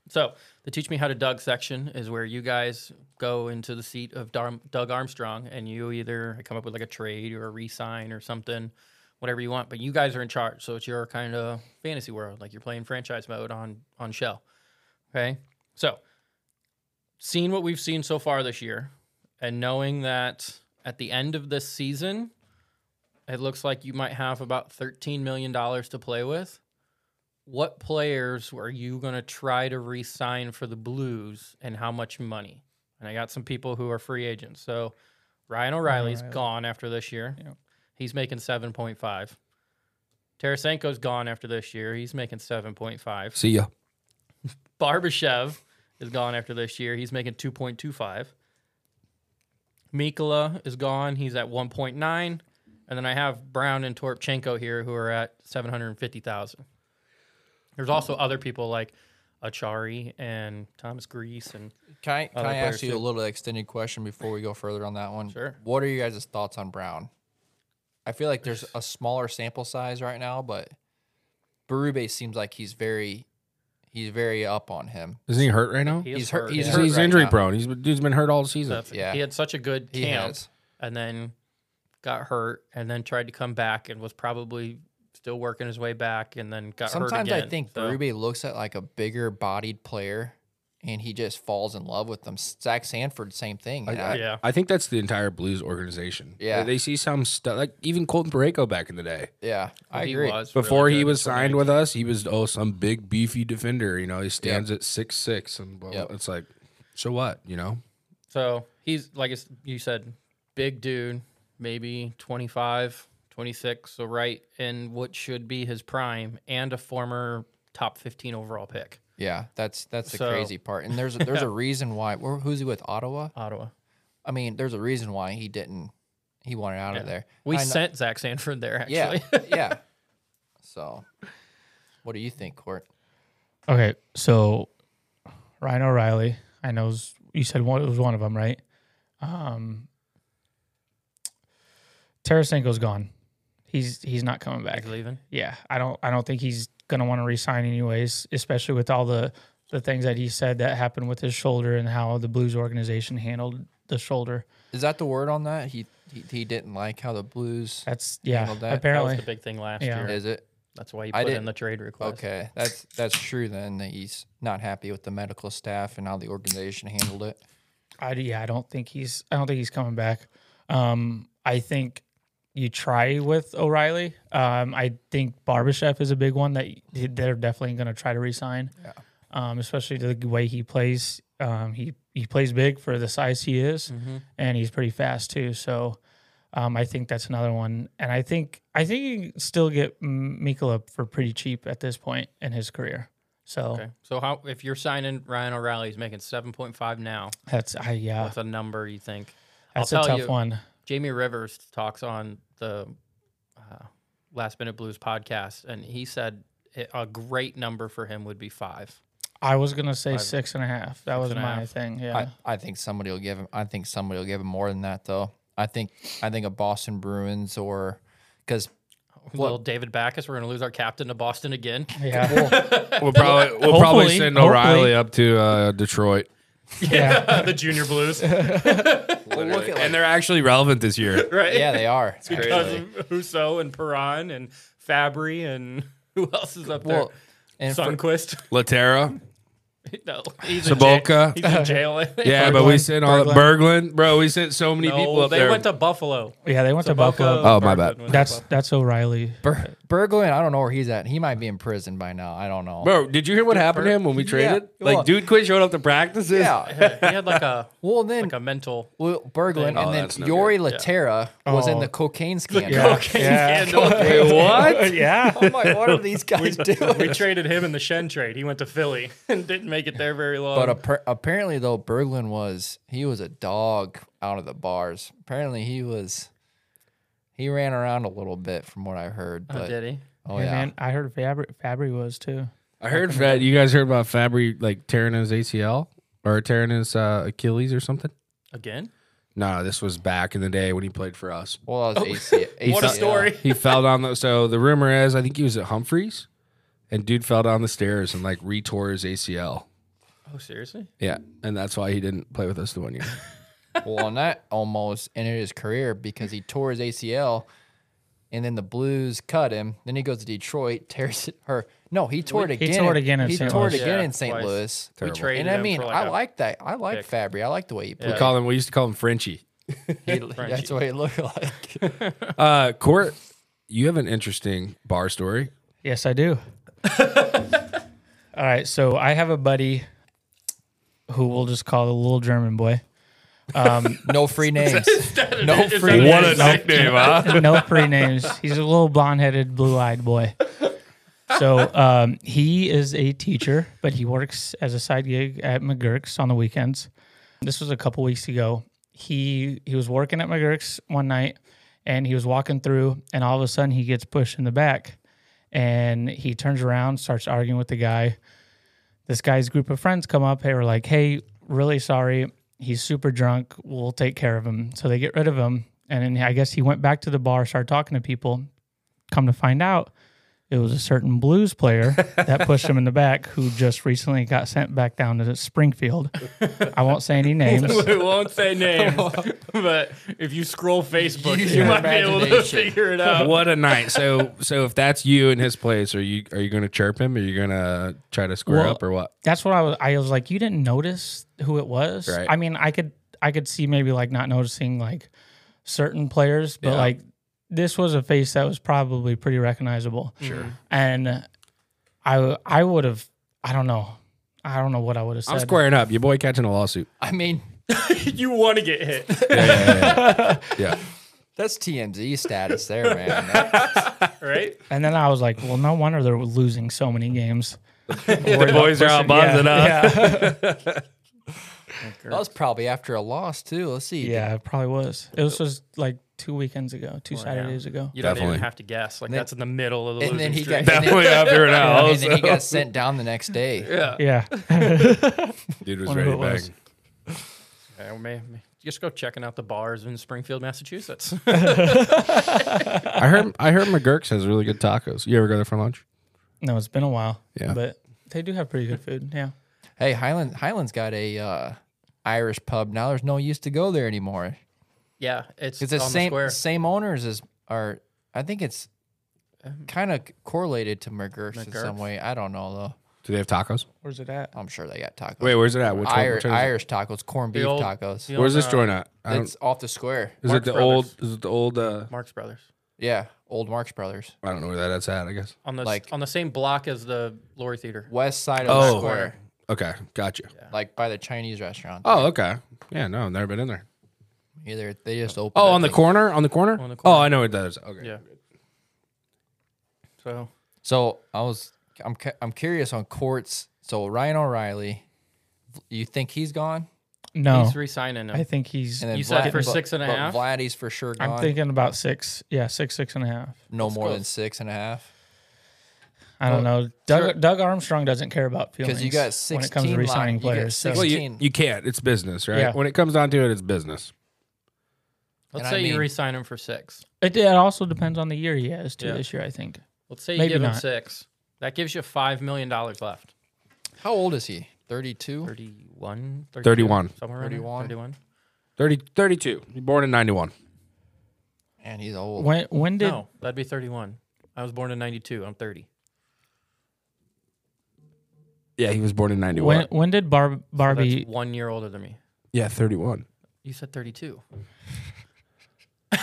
So the teach me how to Doug section is where you guys go into the seat of Dar- Doug Armstrong, and you either come up with like a trade or a re-sign or something, whatever you want. But you guys are in charge, so it's your kind of fantasy world, like you're playing franchise mode on on Shell. Okay, so seeing what we've seen so far this year, and knowing that at the end of this season, it looks like you might have about thirteen million dollars to play with what players are you going to try to re-sign for the Blues and how much money? And I got some people who are free agents. So Ryan O'Reilly's
O'Reilly.
gone after this year.
Yep.
He's making 7.5. Tarasenko's gone after this year. He's making 7.5.
See ya.
Barbashev is gone after this year. He's making 2.25. Mikola is gone. He's at 1.9. And then I have Brown and Torpchenko here who are at 750,000. There's also other people like Achari and Thomas Grease and
Can I, can
Other
I ask
players,
you
too.
a little extended question before we go further on that one?
Sure.
What are you guys' thoughts on Brown? I feel like there's a smaller sample size right now, but Berube seems like he's very he's very up on him.
Isn't he hurt right now?
he
He's,
is
He's hurt- he's
yeah.
hurt. right
injury
now.
prone. He's dude's been hurt all season.
That's-
Yeah.
He had such a good
He
camp
has.
and then got hurt and then tried to come back and was probably still working his way back and then got hurt
Sometimes
again.
I think
So-
Berube looks at like a bigger bodied player and he just falls in love with them. Zach Sanford, same thing.
I-
And
I-
I-
Yeah.
I think that's the entire Blues organization.
Yeah.
They, they see some stuff, like even Colton Pareko back in the day.
yeah, I
He
agree.
was really
Before he
good
was
for
signed
me.
with us, he was oh some big beefy defender. You know, he stands at six six, and blah, blah.
Yep.
it's like, so what? You know,
So he's like it's- you said, big dude, maybe 25, 26, so right in what should be his prime and a former top 15 overall pick,
Yeah, that's that's the
So-
crazy part. And there's
<laughs>
there's a reason why. where- Who's he with? Ottawa.
Ottawa.
I mean, there's a reason why he didn't. He wanted out of
Yeah.
there.
We
I kno-
sent Zach Sanford there actually.
Yeah,
<laughs>
<laughs> yeah. So, what do you think, Court?
Okay, so Ryan O'Reilly, I know s- you said one, it was one of them, right? Um, Tarasenko's gone. He's he's not coming back.
He's leaving.
Yeah, I don't I don't think he's gonna want to resign anyways, especially with all the the things that he said that happened with his shoulder and how the Blues organization handled the shoulder.
Is that the word on that? He he, he didn't like how the Blues.
That's yeah,
Handled
That
that.
was
apparently.
the big thing last
Yeah.
year.
Is it
That's why he
I
put in
didn't-
the trade request.
okay? That's that's true. Then that he's not happy with the medical staff and how the organization handled it.
I d- yeah, I don't think he's I don't think he's coming back. Um, I think you try with O'Reilly. Um, I think Barbashev is a big one that y- they're definitely going to try to resign.
Yeah.
Um, especially the way he plays. Um, he he plays big for the size he is,
Mm-hmm.
and he's pretty fast too. So. Um, I think that's another one, and I think I think you can still get M- Mikola for pretty cheap at this point in his career. So
Okay. So how if you're signing Ryan O'Reilly, he's making 7.5 now.
that's I yeah,
Ah.
What's a number you think?
that's
I'll
a
tell
tough
you-
one.
Jamie Rivers talks on the uh, Last Minute Blues podcast, and he said it, a great number for him would be five.
I was gonna say six and a half. That was
and a
my
half.
thing. Yeah.
I, I think somebody will give him. I think somebody will give him more than that, though. I think I think a Boston Bruins or because
Well, David Backus, we're going to lose our captain to Boston again. <laughs>
<laughs> yeah.
<laughs> We'll <laughs> probably we'll
Hopefully-
probably send
hopefully.
O'Reilly up to uh, Detroit.
Yeah, the Junior Blues,
and they're actually relevant this <laughs> year.
right?
yeah, they are.
because of Husso and Perron and Fabry and <laughs> who else is up there?
Well, and for-
Sunquist. <laughs>
Laterra,
no, he's
Sabolka.
In jail. He's in jail. <laughs> I think.
yeah, but we sent all the Berglund, bro. We sent so many
No,
people up
they
there.
went to Buffalo.
yeah, they went to Buffalo.
Oh, my bad.
That's that's O'Reilly.
Ber- Berglund, I don't know where he's at. He might be in prison by now. I don't know.
bro, did you hear what happened to him when we traded?
well-
like, dude, quit showing up to practices.
yeah.
he had like a
Well, then
like a mental
well, Berglund,
Oh,
and then
that's no
Yori Laterra was in
Oh.
the cocaine
<laughs>
scandal.
cocaine
Yeah.
scandal.
what?
yeah.
<laughs> I'm
<laughs>
like, what are these guys doing?
we traded him in the Shen trade. He went to Philly <laughs> and didn't make it there very long.
<laughs> But appar- apparently, though, Berglund was he was a dog out of the bars. Apparently, he was he ran around a little bit, from what I heard. But,
Oh, did he?
Oh
Hey,
yeah,
man, I heard Fabry, Fabry was too.
I heard Fab. You guys heard about Fabry like tearing his ACL or tearing his uh, Achilles or something?
Again?
No, this was back in the day when he played for us.
<laughs>
well, that was AC,
Oh, What a
ACL.
story.
He fell down the. So the rumor is, I think he was at Humphreys, and dude fell down the stairs and like retore his ACL.
Oh, seriously?
Yeah, and that's why he didn't play with us the one year.
Well, and that almost ended his career because he tore his ACL, and then the Blues cut him. Then he goes to Detroit, tears it. Or no, he tore it
He
again.
tore it again in
He
St.
tore it
Louis.
again
Yeah,
in St.
twice.
Louis.
We traded
And I
him
mean,
for like <laughs>
I
a-
like that. I like
pick.
Fabry. I like the way he played.
We call him. We used to call him Frenchie.
He- that's what he looked <laughs> like.
Uh, Court, you have an interesting bar story.
Yes, I do. All right, so I have a buddy who we'll just call the little German boy.
<laughs>
No free names. no
is
free
that-
names.
What a
nickname, huh?
no pre names. He's a little blonde headed, blue eyed boy. So um, he is a teacher, but he works as a side gig at McGurk's on the weekends. This was a couple weeks ago. He he was working at McGurk's one night, and he was walking through, and all of a sudden he gets pushed in the back, and he turns around, starts arguing with the guy. This guy's group of friends come up. They were like, "Hey, really sorry. He's super drunk. We'll take care of him." So they get rid of him, and then I guess he went back to the bar, started talking to people. Come to find out, it was a certain blues player that pushed him in the back, who just recently got sent back down to Springfield. I won't say any names.
we won't say names, <laughs> but if you scroll Facebook,
Use
you
your
might be able to
imagination.
figure it
<laughs>
out.
<laughs> What a night! So, so if that's you in his place, are you are you going to chirp him? Are you going to try to square
Well-
up or what?
That's what I was. I was like, you didn't notice who it was.
Right.
I mean, I could, I could see maybe like not noticing like certain players, but like this was a face that was probably pretty recognizable. Sure.
Mm-hmm.
And I, w- I would have, I don't know, I don't know what I would have said.
I'm squaring up. Your boy catching a lawsuit.
I mean,
you want to get hit.
Yeah, yeah, yeah, yeah. Yeah.
that's TMZ status there, man.
<laughs> <laughs> right?
And then I was like, well, no wonder they're losing so many games.
The boys are out buzzing
yeah,
up.
Yeah,
that was probably after a loss too. Let's see.
yeah, it probably was. It was just like two weekends ago, two Saturdays ago.
You don't
Definitely.
even have to guess. Like that's in the middle of the
And then
losing
he
streak.
got
<laughs>
and then,
after an
and then he got sent down the next day.
Yeah. <laughs>
Dude was
Wonder
ready
who
to
it
bang.
was.
Yeah, we may- may- just go checking out the bars in Springfield, Massachusetts.
I heard I heard McGurk's has really good tacos. You ever go there for lunch?
No, it's been a while.
Yeah.
But they do have pretty good food. Yeah.
Hey, Highland Highland's got a uh, Irish pub now. There's no use to go there anymore.
<laughs> yeah, it's,
It's the
on the
same
square.
same owners as are. I think it's kind of correlated to McGurk's in some
Um, McGurk's. Uh,
way. I don't know though.
Do they have tacos?
Where's it at?
I'm sure they got tacos.
Wait, where's it at? Which one?
Irish,
which one is it?
Irish tacos, corned beef
old-
tacos.
the
Where's
old,
this
uh,
joint at? I don't,
It's off the square.
is it
Marx
the
Brothers.
old? Is it the old? Uh,
Marx Brothers
Yeah, old Marx Brothers,
I don't know where that's at. I guess.
on the s-
Like-
on the same block as the Lori Theater.
west side of the
Oh.
square,
Okay, gotcha.
like by the Chinese restaurant.
Oh, okay. Yeah, no, I've never been in there.
Either they just open.
Oh,
that
on the
thing.
corner, on the corner.
On the corner.
Oh, I know what that is. Okay.
Yeah. So
So I was, I'm, cu- I'm curious on courts. So Ryan O'Reilly, you think he's gone?
No.
he's re-signing him.
I think he's.
You said for
but-
six and a
but
half?
Vladdy's for sure gone.
I'm thinking about six. Yeah, six, six and a half.
no more
go.
than six and a half.
I don't know. Doug, Doug Armstrong doesn't care about feelings
you got
when it comes
16
to resigning
line- you got
players. So.
Well, you,
16.
you can't. It's business, right?
Yeah.
When it comes down to it, it's business.
Let's
And I
say you
mean-
re-sign him for six.
It, it also depends on the year he has too.
Yeah.
This year, I think
Let's say you
Maybe
give him
not.
six. That gives you five million dollars left.
How old is he? 32?
31, 32,
31.
somewhere around
31.
31. 31.
30, 32. You're born in 91.
And he's old.
when when did
No, that'd be 31. I was born in 92. I'm 30.
Yeah, he was born in 91.
when when did Barb, Barbie
That's one year older than me. <laughs>
yeah, 31.
You said 32.
Uh,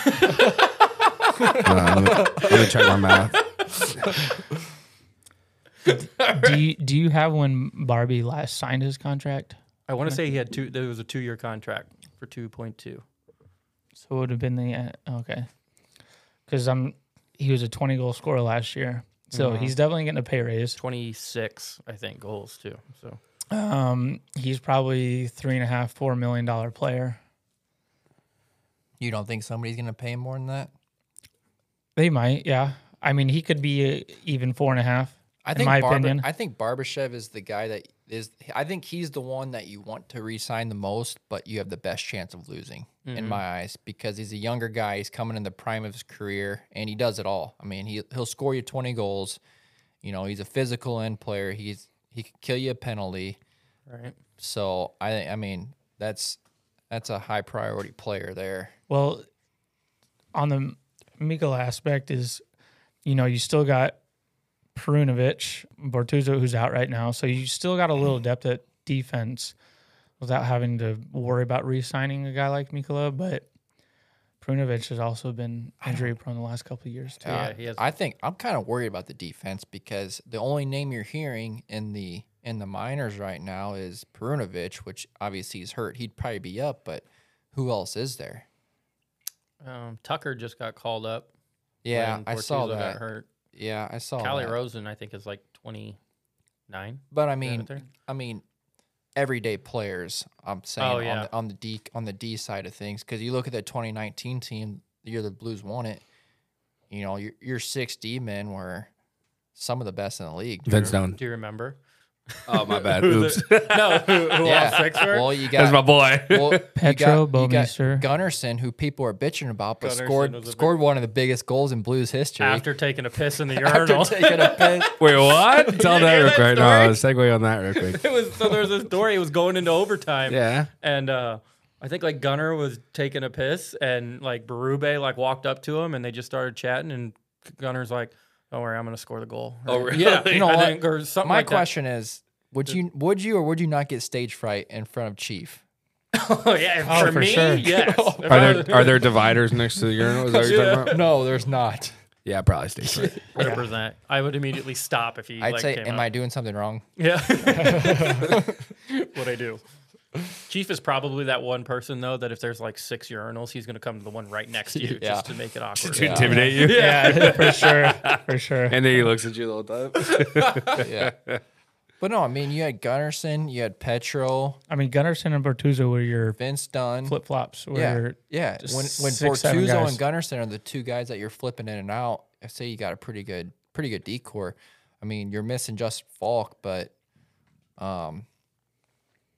let, me, let me check my math.
do you, do you have when Barbie last signed his contract?
I want to say he had two. There was a two-year contract for 2.2.
So it would have been the uh, okay, because I'm he was a 20 goal scorer last year, so
Mm-hmm.
he's definitely getting a pay raise.
26, I think, goals too. So
Um, he's probably three and a half four million dollar player.
You don't think somebody's going to pay him more than that?
They might, yeah. I mean, he could be uh, even four and a half.
I
in
think
my
Barba-
opinion,
I think Barbashev is the guy that is. I think he's the one that you want to re-sign the most, but you have the best chance of losing,
Mm-hmm.
in my eyes, because he's a younger guy. He's coming in the prime of his career, and he does it all. I mean, he he'll score you twenty goals. You know, he's a physical end player. He's he could kill you a penalty.
right.
So I I mean that's that's a high priority player there.
Well, on the Mikael aspect is, you know, you still got Perunovic, Bortuzzo, who's out right now. So you still got a little depth at defense without having to worry about re-signing a guy like Mikola. But Perunovic has also been injury prone the last couple of years too.
Yeah, he has.
Uh, I think I'm kind of worried about the defense because the only name you're hearing in the in the minors right now is Perunovic, which obviously is hurt. He'd probably be up, but who else is there?
um, Tucker just got called up.
Yeah,
when
I saw
Portuzo got
that.
hurt.
Yeah, I saw
Callie
that.
Rosen, I think, is like 29.
But I
that
mean,
right there?
I mean, everyday players. I'm saying
Oh, yeah.
on, the, on the D on the D side of things because you look at that 2019 team, the year the Blues won it. You know, your your six D men were some of the best in the league.
Vince Dunn.
Do you remember?
Oh, my bad.
Who the-
Oops.
no, who, who all <laughs>
Yeah.
six were?
Well, you got
That's my boy.
<laughs>
Well, you
Petro
got- you got
Bomeister.
Gunnarsson, who people are bitching about,
Gunnarsson
but
was a
scored
big-
scored one of the biggest goals in Blues history. <laughs>
After taking a piss in the
After
urinal.
taking a
<laughs>
piss.
Wait, what?
You
Tell that
hear
real
that
quick. No,
story?
segue on that real
<laughs>
quick.
it was so there was a story. It was going into overtime.
Yeah.
and uh, I think like Gunner was taking a piss, and like Barube like walked up to him, and they just started chatting, and Gunner's like, "Don't worry, I'm gonna score the goal." Oh,
really? <laughs>
Yeah,
You know
I
what?
think, or something.
My
like that.
question is, would you would you or would you not get stage fright in front of Chief?
<laughs> Oh, yeah,
Oh,
for,
for
me,
sure.
yes. If I
Are
was- <laughs>
there are there dividers next to the urinal? Is that what you're talking about?
No, there's
<laughs>
not.
Yeah, probably stays right.
100%. I would immediately stop if he.
I'd
like,
say,
came
am
up.
I doing something
<laughs>
wrong?
Yeah. what I do. Chief is probably that one person though that if there's like six urinals, he's gonna come to the one right next to you
Yeah.
just to make it awkward.
To intimidate you. Yeah.
Yeah, <laughs> for sure, for sure.
<laughs>
And then he looks at you the whole time. <laughs>
Yeah. but no, I mean, you had Gunnarsson, you had Petro,
I mean, Gunnarsson and Bortuzzo were your
Vince Dunn.
flip flops. Were
yeah,
your,
yeah.
just
When when
six, seven
Portuzo
guys.
and Gunnarsson are the two guys that you're flipping in and out, I say you got a pretty good, pretty good decor. I mean, you're missing Justin Falk, but um,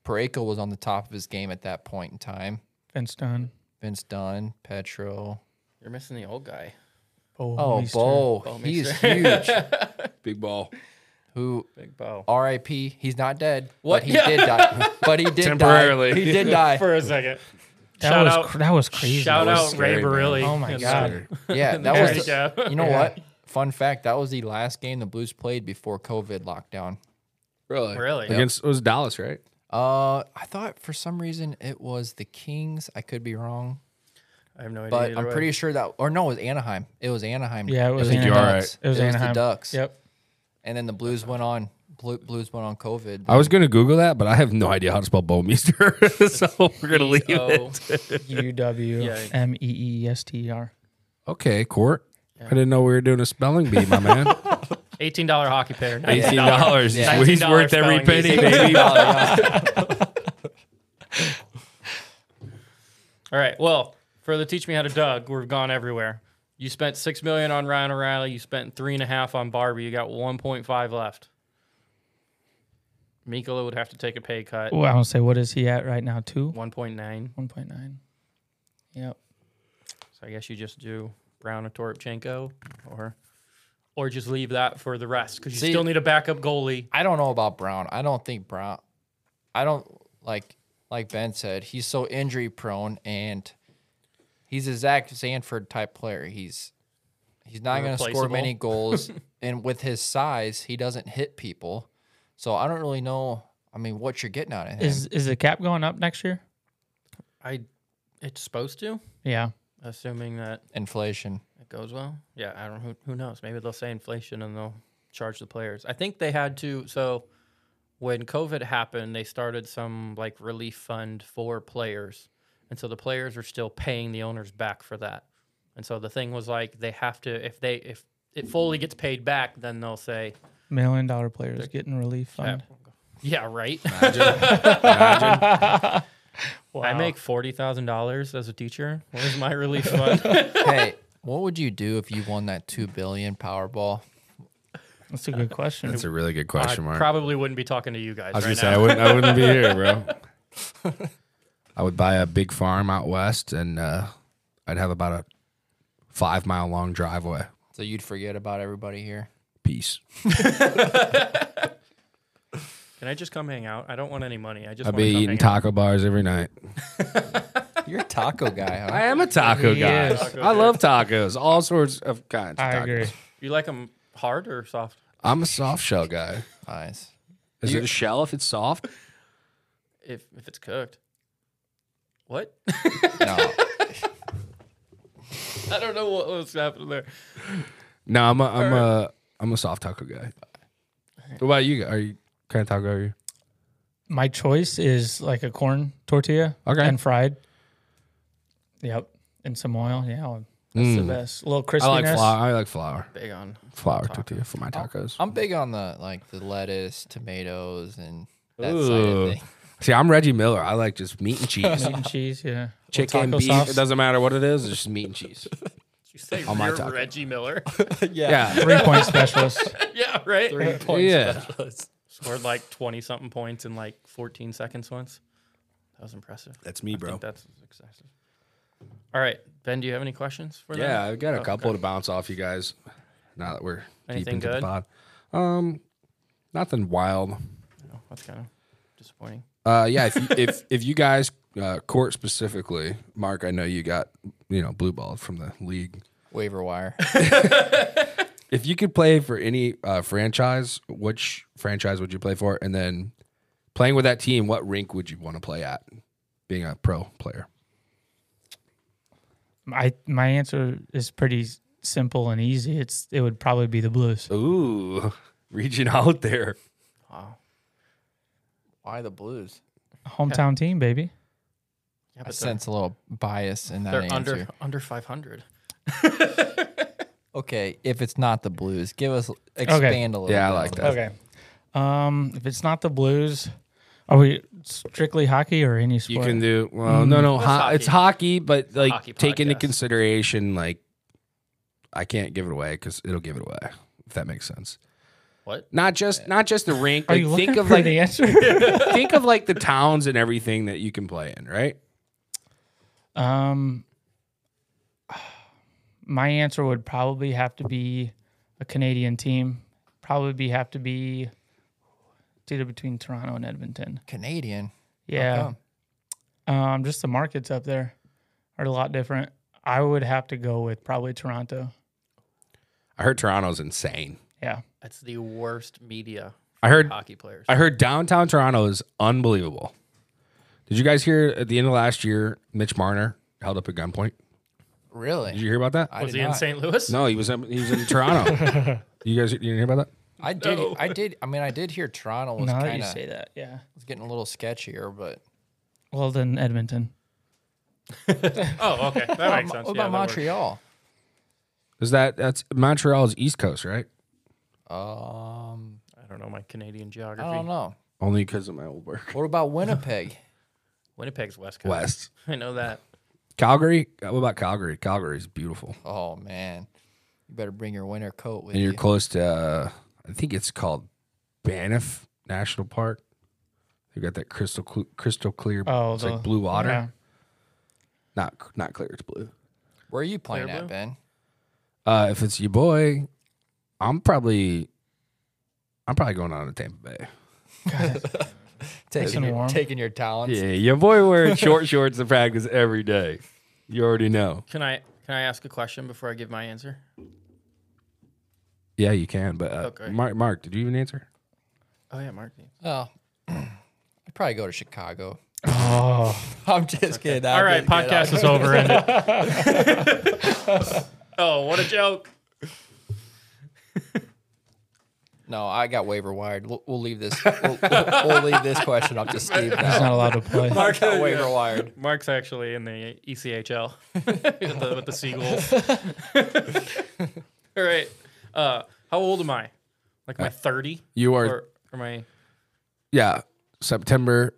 Pareko was on the top of his game at that point in time.
Vince Dunn.
Vince Dunn, Petro.
You're missing the old guy.
Bo
Oh,
Meester.
Bo, he's huge.
Big ball.
Who?
Big Bo.
R.I.P. He's not dead.
What?
But he
Yeah.
did die. But he did
Temporarily.
Die. He did
<laughs>
die.
For a second.
That
Shout
was
out-
cr- that was crazy.
Shout
was
out
scary,
Ray
man.
Barilli.
Oh my
and
god.
<laughs> Yeah, that
There
was.
you go.
You know
Yeah.
what? Fun fact: that was the last game the Blues played before COVID lockdown.
Really?
Really?
Against it was Dallas, right?
Uh, I thought for some reason it was the Kings. I could be wrong,
I have no idea.
but
either
I'm
way.
pretty sure that, or no, it was Anaheim. It was Anaheim.
Yeah, it was
the
Anaheim.
You're
Ducks.
It was Anaheim.
the Ducks.
Yep.
And then the Blues went on. Blu- Blues went on COVID.
I was gonna Google that, but I have no idea how to spell Bowmeister. <laughs> so we're gonna leave
Oh,
it.
<laughs> U W M E E S T E R.
Okay, court. I didn't know we were doing a spelling bee, my man.
$18 hockey player.
Eighteen dollars.
Yeah.
He's worth every
$19
penny,
spelling
baby.
<laughs> All right. Well, for the Teach Me How to Doug, we've gone everywhere. You spent six million on Ryan O'Reilly. You spent three and a half on Barbie. You got one point five left. Mikola would have to take a pay cut.
Well, I don't say what is he at right now? Two,
One point nine.
one point nine. Yep.
So I guess you just do Brown or Toropchenko, or or just leave that for the rest because you
See-
still need a backup goalie.
I don't know about Brown. I don't think Brown. I don't like like Ben said. He's so injury prone, and he's a Zach Sanford type player. He's he's not going to score
Irreplaceable.
many goals, and with his size, he doesn't hit people. So I don't really know. I mean, what you're getting out of him?
Is is the cap going up next year?
I it's supposed to,
Yeah.
assuming that
Inflation.
it goes well. Yeah, I don't. Who, who knows? Maybe they'll say inflation and they'll charge the players. I think they had to. So when COVID happened, they started some like relief fund for players, and so the players are still paying the owners back for that. And so the thing was like they have to if they if it fully gets paid back, then they'll say,
Million dollar players getting relief fund.
yeah, right.
Imagine. <laughs>
I make forty thousand dollars as a teacher. Where's my relief fund?
hey, what would you do if you won that two billion Powerball?
That's
<laughs>
a good
<laughs>
question.
That's a really good
I
question, Mark.
probably wouldn't be talking to you guys
I was
right
gonna say I
now.
wouldn't. I wouldn't be here, bro.
<laughs>
I would buy a big farm out west, and uh, I'd have about a five mile long driveway.
So you'd forget about everybody here.
Peace.
Can I just come hang out? I don't want any money. I just
I'd
wanna
be
come
eating
hang out.
taco bars every night.
You're a taco guy, huh?
<laughs> I am a taco
He
guy.
is.
Taco
I
guy.
love tacos, all sorts of kinds. Of
I
tacos.
agree.
You like them hard or soft?
I'm a soft shell guy.
Nice.
Is it a shell if it's soft?
If if it's cooked.
<laughs>
What?
No,
I don't know what was happening there.
No, I'm a I'm a I'm a soft taco guy. What about you? Are you kind of taco are you?
My choice is like a corn tortilla
Okay.
and fried. Yep. And some oil. Yeah. That's the best. A little crispiness.
Mm. I like flour. I like flour.
Big on.
Flour tortilla for my tacos.
I'm big on the like the lettuce, tomatoes, and that side of
Ooh.
thing.
See, I'm Reggie Miller. I like just meat and cheese,
Meat and cheese. Yeah. Little
chicken,
taco
beef.
sauce.
It doesn't matter what it is. It's just meat and cheese.
Did you say
On my
you're
taco.
Reggie
<laughs>
Miller? <laughs>
Yeah,
Three point specialist.
yeah, right.
yeah.
Scored like twenty something points in like fourteen seconds once. That was impressive.
That's me,
I think that's excessive. All right, Ben. Do you have any questions for
Yeah,
them?
I've got a couple to bounce off you guys. Now that we're
Anything
deep into
good?
the pod, um, nothing wild.
No, that's kind of disappointing.
Uh, yeah. If you, if if you guys uh, court specifically, Mark, I know you got you know blue balled from the league.
Waiver wire.
If you could play for any uh, franchise, which franchise would you play for? And then playing with that team, what rink would you want to play at? Being a pro player.
I my answer is pretty s- simple and easy. It's it would probably be the Blues.
Ooh, <laughs> region out there.
Wow.
Why the Blues?
Hometown team, baby.
Yeah,
I
but they're,
sense a little bias in that
they're
answer.
under under five hundred.
Okay, if it's not the Blues, give us expand a little.
Yeah, I
bit
like
on
that.
Okay. Um, if it's not the Blues, are we strictly hockey or any
You
sport?
can do well.
Mm-hmm.
No, no, ho-
hockey.
it's hockey, but like
Hockey
take into
podcast.
consideration like I can't give it away because it'll give it away if that makes sense.
What?
Not just not just the rink.
<laughs> are
Like,
you looking
think of
for
like
the answer? <laughs>
think of like the towns and everything that you can play in, right?
um, my answer would probably have to be a Canadian team. Probably be, have to be it's either between Toronto and Edmonton.
Canadian.
Yeah. Um, just the markets up there are a lot different. I would have to go with probably Toronto.
I heard Toronto's insane.
Yeah.
That's the worst media.
I heard
hockey players.
I heard downtown Toronto is unbelievable. Did you guys hear at the end of last year Mitch Marner held up at gunpoint?
Really?
Did you hear about that?
I
was
did
he in
not-
St. Louis?
No, he was in, he was in
<laughs>
Toronto. you guys you didn't hear about that?
I did.
No.
I did. I mean, I did hear Toronto was
Now that
kind
you
of
say that, yeah.
was getting a little sketchier, but
Well, then Edmonton.
Oh, okay. That makes sense.
what
yeah,
about
that works.
Montreal?
Is that that's Montreal's East Coast, right?
Um,
I don't know my Canadian geography.
I don't know.
Only because of my old work.
What about Winnipeg?
Winnipeg's West Coast.
<laughs> West
I know that.
Calgary. Uh, What about Calgary? Calgary's beautiful,
Oh man, you better bring your winter coat with
and you're
you.
close to. Uh, I think it's called Banff National Park. They've got that crystal cl- crystal clear.
Oh,
it's
the-
like blue water.
yeah.
Not not clear. It's blue.
Where are you playing
Clear
at,
blue?
Ben?
Uh, if it's your boy, I'm probably. I'm probably going on to Tampa Bay.
Nice and
Taking your,
warm.
taking your talents.
Yeah, your boy wearing short <laughs> shorts to practice every day. You already know.
Can I can I ask a question before I give my answer?
Yeah, you can. But uh,
Okay.
Mark, Mark, did you even answer?
Oh yeah, Martin.
Oh, <clears throat> I'd probably go to Chicago.
Oh,
<laughs> I'm just kidding. I'm
All right,
just
podcast
kidding.
is over. End it. <laughs> oh, what a joke!
No, I got waiver wired. We'll, we'll leave this. We'll, we'll- we'll leave this
<laughs>
question up to Steve now.
he's not allowed to play.
I got waiver wired.
Mark's actually in the E ECHL <laughs> with, the, with the Seagulls. <laughs> All right. Uh, how old am I? Like my thirty?
You are.
Uh, Or am I
yeah, September.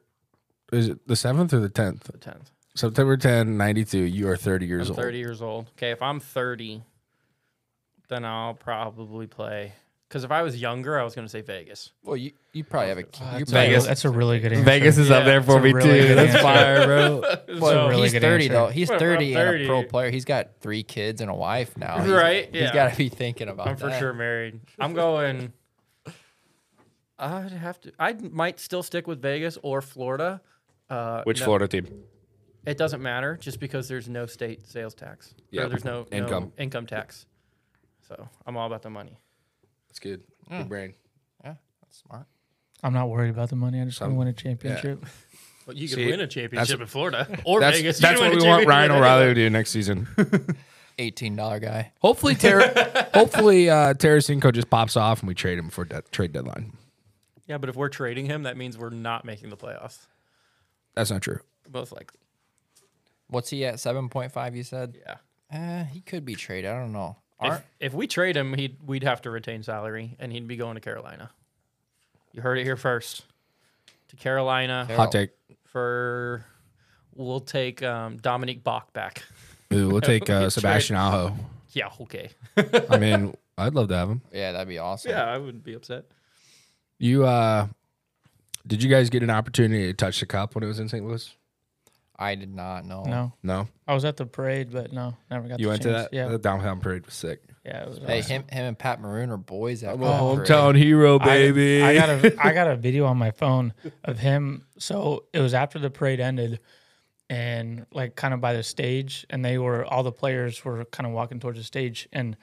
Is it the seventh or the tenth?
the tenth?
September 10, 92. You are thirty years
I'm
old.
thirty years old. Okay, if I'm thirty, then I'll probably play. Because if I was younger, I was going to say Vegas.
Well, you, you probably have a key. you
That's a-
probably
Vegas.
That's a really good answer.
Vegas is up
Yeah,
there for
it's a
me
really
too.
good
That's
answer.
fire,
<laughs>
bro.
So-
Well,
really
he's
good
30
answer.
though. He's
Well, I'm
30, and a pro
30.
player. He's got three kids and a wife now. He's-
<laughs> Right,
He's
yeah.
got to be thinking about
I'm for
that.
sure married. I'm going. <laughs> I'd have to. I might still stick with Vegas or Florida. Uh,
Which
no-
Florida team?
It doesn't matter, just because there's no state sales tax. Or
Yeah,
there's no no
income.
income tax. So I'm all about the money.
That's good. Good brain.
Yeah, that's smart.
I'm not worried about the money. I just want to win a championship.
But you
could See, win a
championship in
<laughs>
Florida or
That's, that's what we want Ryan O'Reilly to do next season.
Eighteen dollar guy.
hopefully,
<laughs>
Ter- hopefully uh, Tarasenko just pops off and we trade him for de- trade deadline.
Yeah, but if we're trading him, that means we're not making the playoffs.
That's not true.
Most likely.
What's he at? Seven point five. You said.
Yeah.
Eh, he could be traded. I don't know.
If,
Aren't-
if we trade him, he'd we'd have to retain salary, and he'd be going to Carolina. You heard it here first. To Carolina
Carol-
Hot take.
for we'll take um, Dominique Bach back. <laughs>
Ooh,
<laughs>
we'll take uh, Sebastian Aho.
Yeah, okay.
I mean, I'd love to have him.
Yeah, that'd be awesome.
yeah, I wouldn't be upset.
You uh did you guys get an opportunity to touch the cup when it was in St. Louis?
I did not know.
No,
No.
I was at the parade, but no, never got.
You
the
went
chance.
to that? The downtown parade was sick.
Yeah, yeah. It was
Hey,
awesome.
him, him and Pat Maroon are boys. At
I'm a
that parade.
hometown hero,
I-
baby.
I, got
<laughs>
a I got a video on my phone of him. So it was after the parade ended, and like kind of by the stage, and they were all the players were kind of walking towards the stage, and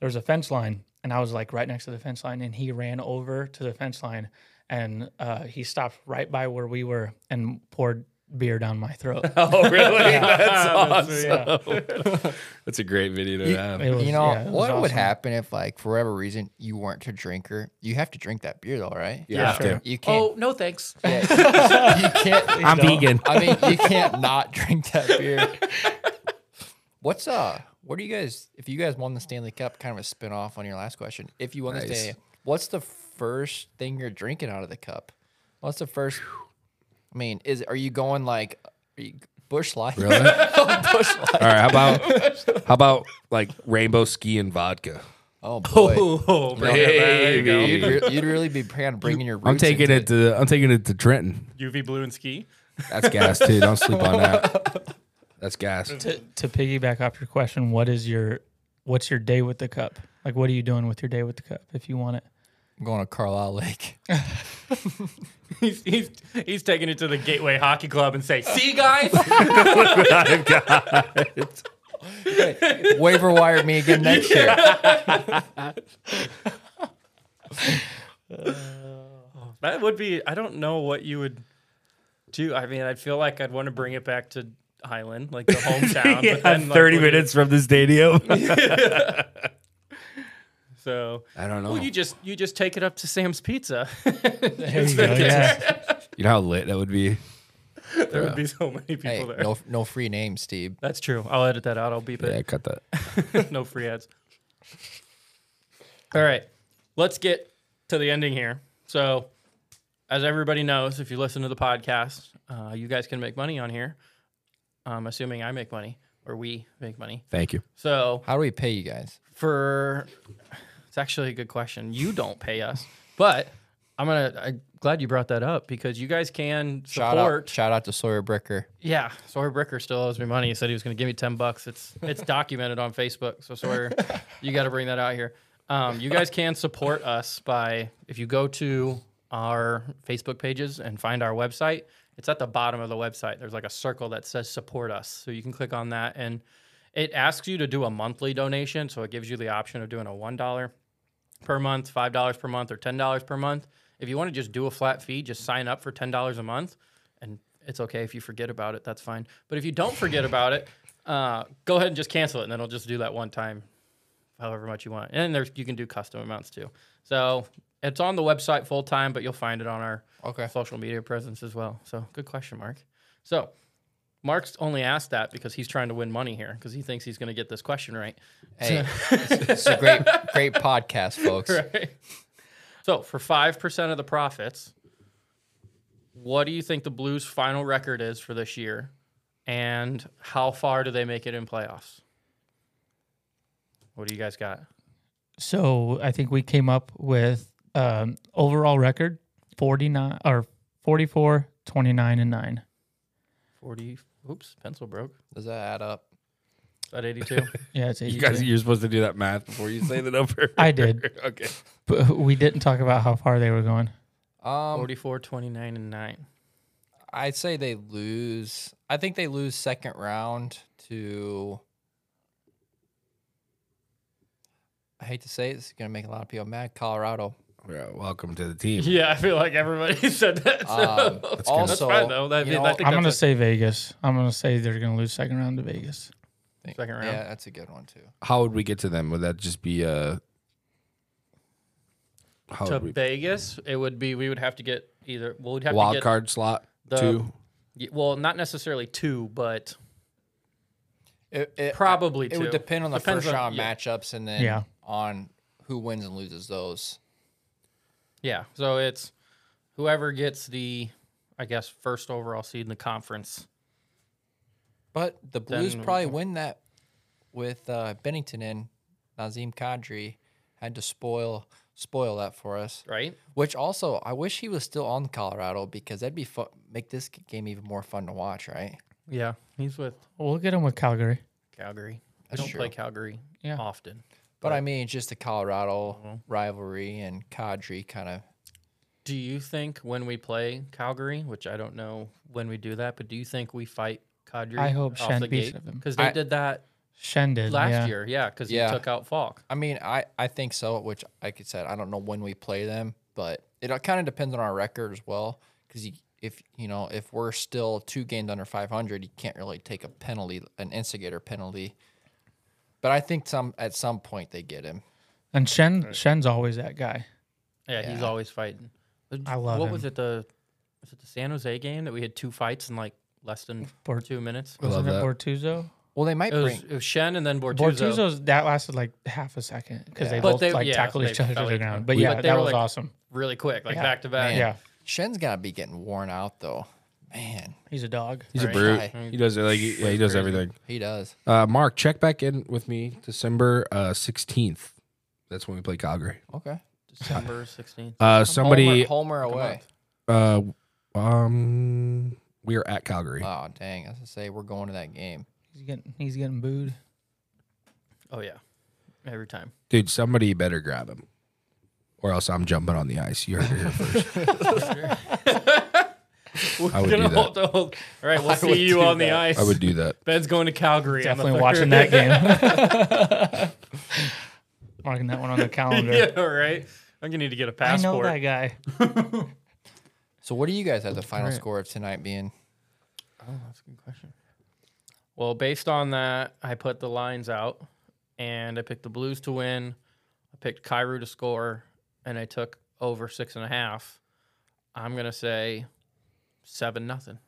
there was a fence line, and I was like right next to the fence line, and he ran over to the fence line, and uh, he stopped right by where we were and poured beer down my
<laughs>
throat.
oh, really? That's
yeah.
That's a great video to have.
It was-
You know
yeah, it was
what would
awesome.
happen if, like, for whatever reason, you weren't a drinker? You have to drink that beer, though, right?
Yeah,
sure.
You can't.
Oh no, <laughs> thanks.
yeah, <laughs> you, you can't.
I'm <laughs> vegan.
I mean, you can't not drink that beer. What's uh? What do you guys? If you guys won the Stanley Cup, kind of a spin off on your last question. If you won the
Nice.
Stanley, what's the first thing you're drinking out of the cup? What's the first? I mean, is are you going like are you, Bush Light? <laughs> Oh,
Really? All right, how <laughs> about how about like rainbow ski and vodka?
Oh boy,
Oh, bring it back. There you go.
you'd, re- you'd really be kind of bringing your. Roots
I'm taking
into
it to I'm taking it to Trenton.
UV blue and ski.
That's gas too. Don't sleep on that. <laughs> That's gas.
to, to piggyback off your question, what is your what's your day with the cup? Like what are you doing with your day with the cup if
<laughs>
you want it?
I'm going to Carlisle Lake. <laughs>
He's, he's he's taking it to the Gateway Hockey Club and say, "See guys,
Waiver wire me
<laughs>
again next year.
that would be." I don't know what you would do. I mean, I feel like I'd want to bring it back to Highland, like the hometown. but then, like, what do you-
from the <laughs> stadium.
So,
I don't know.
well, you just you just take it up to Sam's Pizza. <laughs>
There you go. Yeah.
You know how lit that would be?
there would be so many people
Hey,
there.
no, no free names, Steve.
That's true. I'll edit that out. I'll beep
Yeah,
it.
cut
<laughs>
that.
no free ads. All right, let's get to the ending here. So, as everybody knows, if you listen to the podcast, uh, you guys can make money on here. um, assuming I make money or we make money.
Thank you.
So
How do we pay you guys?
for it's actually a good question. You don't pay us, but I'm gonna. I'm glad you brought that up because you guys can
Shout
support.
out, shout out to Sawyer Bricker.
Yeah, Sawyer Bricker still owes me money. He said he was going to give me ten bucks. It's it's documented on Facebook. So Sawyer, you got to bring that out here. Um, you guys can support us by if you go to our Facebook pages and find our website. It's at the bottom of the website. There's like a circle that says support us. So you can click on that and it asks you to do a monthly donation. So it gives you the option of doing a one dollar per month, five dollars per month, or ten dollars per month. If you want to just do a flat fee, just sign up for ten dollars a month, and it's okay if you forget about it. That's fine. But if you don't forget about it, <laughs> uh, go ahead and just cancel it, and then it'll just do that one time, however much you want. And there's you can do custom amounts too. So it's on the website full time, but you'll find it on our
Okay.
social media presence as well. So good question, Mark. So Mark's only asked that because he's trying to win money here because he thinks he's going to get this question right.
<laughs> Hey, it's, it's a great, great podcast, folks.
<laughs> right? So for five percent of the profits, what do you think the Blues' final record is for this year, and how far do they make it in playoffs? What do you guys got?
So I think we came up with um, overall record 49 or 44, 29, and 9.
Forty. Oops, pencil broke.
Does that add up?
Is that <laughs> eighty-two?
Yeah, it's 82.
You guys, you're supposed to do that math before you say the number. <laughs>
<laughs>
I did.
okay.
But we didn't talk about how far they were going.
Um,
Forty-four, twenty-nine, and nine.
I'd say they lose. I think they lose second round to. I hate to say it, this is going to make a lot of people mad. Colorado.
Yeah, welcome to the team.
Yeah, I feel like everybody <laughs> said that. So.
Um,
that's,
also,
fine though. That,
you know,
I think
I'm going to
that's
say Vegas. I'm going to say they're going to lose second round to Vegas.
second round.
Yeah, that's a good one too.
How would we get to them? Would that just be a? How
to
would Oh, we?
Vegas, it would be we would have to get either well we'd have to
Wild
get
card slot
the-
two.
y- well not necessarily two, but
It, it,
Probably
it would
two.
depend on the
Depends
first
on-
round
yeah.
matchups and then
Yeah.
on who wins and loses those.
Yeah. So it's whoever gets the, I guess, first overall seed in the conference.
But the Blues
Then-
probably win that with uh, Bennington in. Nazim Kadri had to spoil spoil that for us.
Right.
Which also, I wish he was still on Colorado because that'd be fun, make this g- game even more fun to watch, right?
Yeah. He's with
We'll get them with Calgary.
Calgary. I
That's
don't
true.
play Calgary
Yeah.
often.
But I mean, just the Colorado
Mm-hmm.
rivalry and Kadri kind of.
Do you think when we play Calgary, which I don't know when we do that, but do you think we fight Kadri?
I hope
off
Shen
the
beats
gate?
him.
Because they
I-
did that
Shen did.
last
yeah.
year. Yeah. Because
Yeah.
he took out Falk.
I mean, I, I think so, which, like I said, I don't know when we play them, but it kind of depends on our record as well. Because if, you know, if we're still two games under 500, you can't really take a penalty, an instigator penalty. But I think some at some point they get him.
And Shen Shen's always that guy.
Yeah, He's
Yeah.
always fighting.
I love
What
him.
was it? The was it the San Jose game that we had two fights in like less than
Bort-
two minutes?
I love
Wasn't it
that.
Bortuzzo?
Well, they might
It was,
bring.
it was Shen and then Bortuzzo.
Bortuzzo's that lasted like half a second because they
But
both
they-
like
yeah,
tackled
they
each other to
fell
the
each other.
ground. But
But
yeah,
they
that
were,
was
like-
awesome.
really quick, like
Yeah.
back to back.
Man.
Yeah,
Shen's got to be getting worn out, though. Man,
he's a dog.
He's
Right.
a brute.
Guy.
He does it like yeah, he does everything.
he does.
Uh, Mark, check back in with me December uh, sixteenth. That's when we play Calgary.
Okay.
December 16th.
Uh, somebody,
Homer, Homer away.
uh, um, we are at Calgary.
Uh,
Oh dang! I was gonna say we're going to that game.
He's getting he's getting booed.
Oh yeah, every
<laughs>
time.
Dude, somebody better grab him, or else I'm jumping on the ice. You heard it here
<laughs>
first.
We're
would
gonna
do that.
hold the whole- All right, we'll see you on the ice.
I would do that.
Ben's going to Calgary. on the
Definitely
third.
watching
<laughs>
<laughs>
that game. <laughs> Marking that one on the calendar.
<laughs> yeah, all right. I'm gonna need to get a
I know
passport.
that guy.
So what do you guys have the final score of tonight being?
That's a good question. Well, based on that, I put the lines out, and I picked the Blues to win. I picked Cairo to score, and I took over six and a half. I'm gonna say seven
<laughs>
nothing.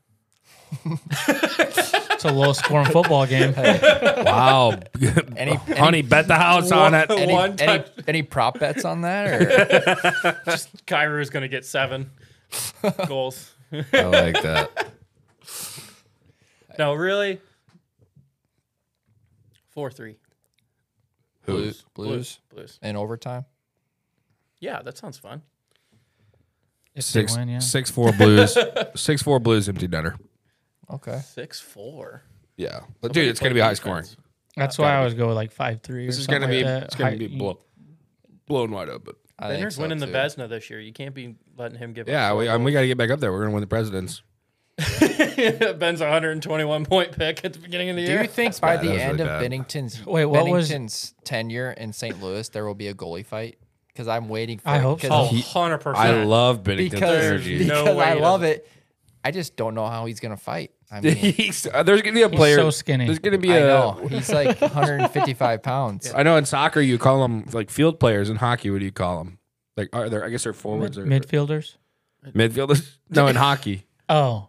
It's a
<laughs>
low scoring football game.
<laughs>
Wow, <laughs>
Any
honey, bet the house on it.
any,
One
any, any,
touch.
prop bets on
<laughs>
that? Or?
Just Cairo's gonna get <laughs> seven goals.
I like that.
No, really. Four three
Blues, blues,
blues blues.
in overtime.
Yeah, that sounds fun.
If
Six,
they win, yeah.
six four blues, six four blues, empty netter.
Okay.
Six four.
Yeah, but dude, it's gonna be high scoring.
That's why I always go with like five
uh,
three.
This is gonna be
That.
it's gonna
High-
be blown blown wide open.
I think
Benner's
so,
winning the
too.
Vesna this year. You can't be letting him give.
Yeah,
up
we
four
um, we got to get back up there. We're gonna win the presidents.
goals. <laughs> Ben's 121 point pick at the beginning of the
Do
year.
you think by
bad.
the
That was
end
really
of
bad.
Bennington's
Wait, what was-
Bennington's tenure in St. Louis there will be a goalie fight? Because I'm waiting for
I
it,
hope
'cause-
so.
Oh,
He-
100
I
percent.
love Bennington's
because,
energy.
because <laughs>
No way
I
he
love it. I just don't know how he's gonna fight.
<laughs>
I mean,
He's- uh, there's gonna be a player.
so skinny.
There's gonna be
I
a.
know he's
<laughs>
like 155 pounds.
I know in soccer you call them like field players. In hockey, what do you call them? Like are there? I guess they're forwards or
midfielders.
midfielders. No, in hockey,
Oh,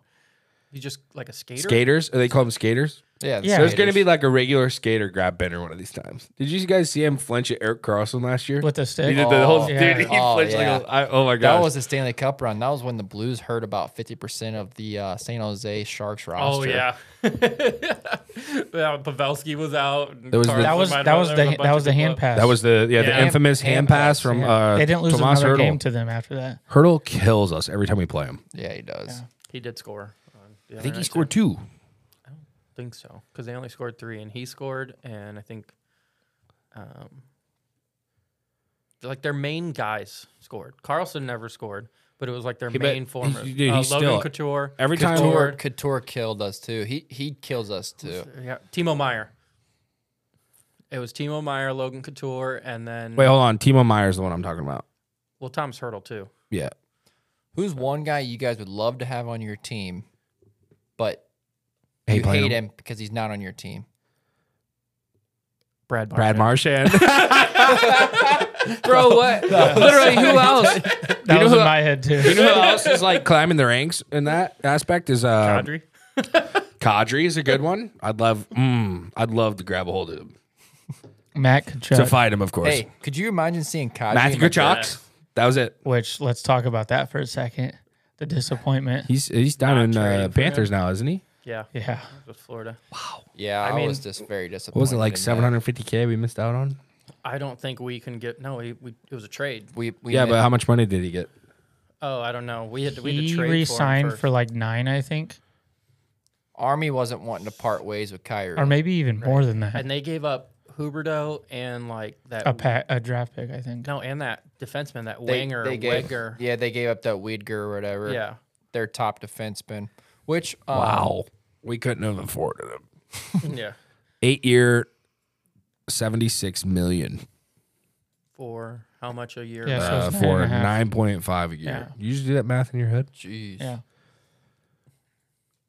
He's just like a skater.
skaters. Are they call them skaters?
Yeah, the
Yeah.
There's gonna
skaters.
be like a regular skater grab Benner one of these times. Did you guys see him flinch at Eric Carlson last year?
with the
he
stick.
did the whole
Oh,
dude. <laughs>
yeah.
He
Oh,
flinched
yeah.
like a, I, oh my
That
god.
was the Stanley Cup run. That was when the Blues heard about 50% of the uh, San Jose Sharks
Oh
roster.
yeah. <laughs> yeah, Pavelski was out. and
That was the-
Carlson
That was
might have-
that was
there a
the
bunch
that
of
was the
people
hand
out.
pass.
That was the yeah, the
Yeah.
infamous hand,
Hand
pass
pass,
from
yeah.
uh,
They didn't lose
Tomas
another
Hurdle.
game to them after that.
Hurdle kills us every time we play him.
Yeah, he does.
He did score. on the
I
other
think he
night,
scored two.
too. think so because they only scored three, and he scored, and I think, um, like their main guys scored. Carlson never scored, but it was like their
He bet-
main
he- <laughs>
former.
dude,
uh,
he's still-
Logan Couture.
Every time
Couture, Couture killed us too. He he kills us too.
Yeah, Timo Meyer. It was Timo Meyer, Logan Couture, and then
Wait, hold on. Timo Meyer's the one I'm talking about.
well, Thomas Hurdle too.
Yeah.
Who's one guy you guys would love to have on your team, but
Hate
you
playing
hate him. because he's not on your team?
Brad
Brad Marchand.
Bro,
<laughs>
what? Literally, who else?
That
know
was
who-
in my head too.
you know who else is like climbing the ranks in that aspect is uh
Audrey.
Kadri is a good one. I'd love mm, I'd love to grab a hold of him.
Matt
To
Kachuk,
fight him, of course.
<laughs> Hey, could you imagine seeing Kadri?
Matthew
in the-
Kachuk. That was it.
which let's talk about that for a second. The disappointment.
He's he's down in
trading
uh,
for
Panthers now, isn't he?
Yeah,
Yeah.
with Florida.
Yeah, I,
mean,
was just very disappointed.
What was it
in
like
that.
750k we missed out on?
I don't think we can get. No, we, we it was a trade.
We, we
Yeah,
made-
but how much money did he get?
Oh, I don't know. We had to, we had
He
to trade.
re-signed
for, him
for like nine, I think,
Army wasn't wanting to part ways with Kyrie.
or maybe even more than that.
and they gave up Huberto and like that.
A pa- a draft pick, I think.
no, and that defenseman, that
They-
winger,
they gave-
Wenger.
Yeah, they gave up that Widger or whatever.
Yeah.
their top defenseman. Which um,
We couldn't have afforded him.
yeah, <laughs>
Eight year, seventy six million
for how much a year?
Yeah, so
uh,
it's nine
for
and a half.
nine point five a year.
Yeah.
You just do that math in your head.
Jeez.
Yeah.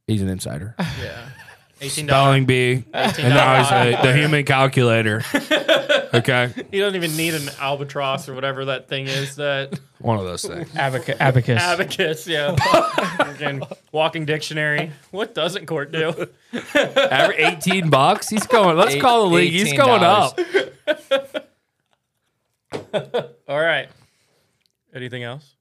He's an <laughs> insider.
yeah. eighteen dollars.
Spelling bee, and now he's a, the human <laughs> calculator. Okay,
You don't even need an albatross or whatever that thing is. That
one of those things.
Abaca-
<laughs>
abacus.
abacus. Yeah, Freaking walking dictionary. What doesn't court do?
Every eighteen bucks, he's going. Let's
Eight-
call the league. He's going
$18.
up.
All right. Anything else?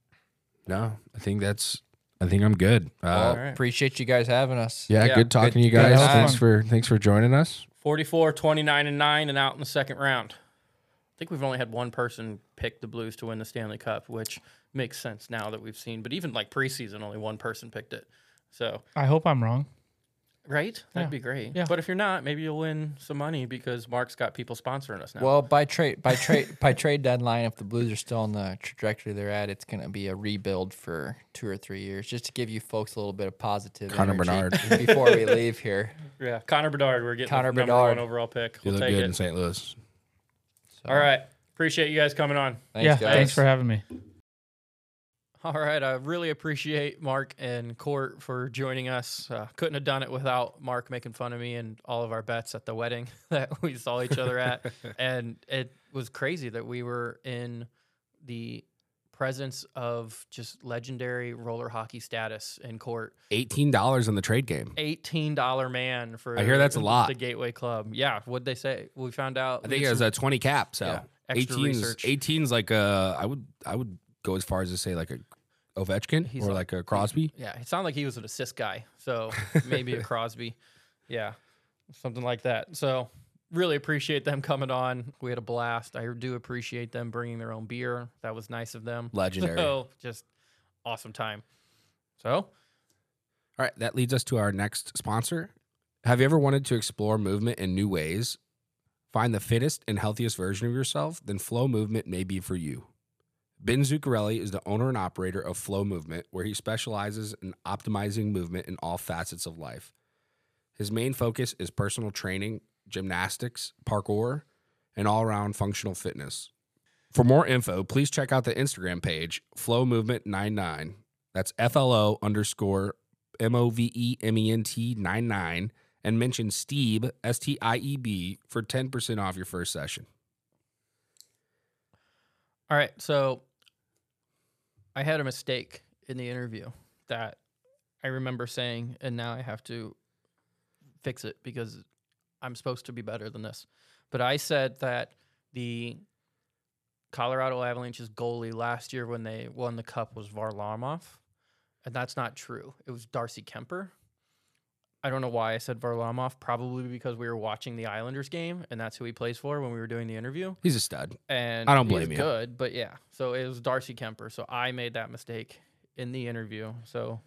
No, I think that's. I think I'm good.
Well,
Uh,
right.
appreciate you guys having us.
yeah,
Yeah.
good talking to you
Good- good
guys.
time.
Thanks for thanks for joining us.
44, 29, and 9, and out in the second round. I think we've only had one person pick the Blues to win the Stanley Cup, which makes sense now that we've seen. But even like preseason, only one person picked it. So,
I hope I'm wrong.
right? That'd
Yeah.
be great.
Yeah.
But if you're not, maybe you'll win some money because Mark's got people sponsoring us now.
Well, by trade by trade by trade deadline, if the Blues are still on the trajectory they're at, it's going to be a rebuild for two or three years, just to give you folks a little bit of positive.
Connor
energy Before we leave
<laughs>
here,
yeah. Connor Bedard, we're getting
Connor
the number
Bedard.
one overall pick.
<laughs> You
We'll
look
take
good in
it.
St. Louis.
All right. Appreciate you guys coming on.
thanks,
yeah.
guys.
Thanks for having me.
All right. I really appreciate Mark and Court for joining us. Uh, couldn't have done it without Mark making fun of me and all of our bets at the wedding <laughs> that we saw each other <laughs> at. and it was crazy that we were in the presence of just legendary roller hockey status in court.
<laughs> Eighteen dollars in the trade game.
$18 man for
I hear that's a lot.
The Gateway Club. Yeah. What'd they say? We found out.
I think it was a twenty cap. So
Yeah, extra
18's,
research.
18's like a. I would I would go as far as to say like a Ovechkin
He's
or like
<laughs>
a Crosby.
Yeah, it sounded like he was an
<laughs>
assist guy, so maybe a Crosby. Yeah, something like that. So really appreciate them coming on. We had a blast. I do appreciate them bringing their own beer. That was nice of them.
Legendary.
<laughs> So just awesome time. So
All right, that leads us to our next sponsor. Have you ever wanted to explore movement in new ways? Find the fittest and healthiest version of yourself? Then Flow Movement may be for you. Ben Zuccarelli is the owner and operator of Flow Movement, where he specializes in optimizing movement in all facets of life. His main focus is personal training, gymnastics, parkour, and all around functional fitness. For more info, please check out the Instagram page, Flow Movement 99. That's F L O underscore M O V E M E N T 99 and mention Steeb, S T I E B, for 10% off your first session.
All right, so I had a mistake in the interview that I remember saying, and now I have to fix it because I'm supposed to be better than this. But I said that the Colorado Avalanche's goalie last year when they won the cup was Varlamov, and that's not true. It was Darcy Kemper. I don't know why I said Varlamov, probably because we were watching the Islanders game, and that's who he plays for when we were doing the interview
He's a stud.
and
I don't
he's
blame you.
Good, but yeah. So it was Darcy Kemper. So I made that mistake in the interview. So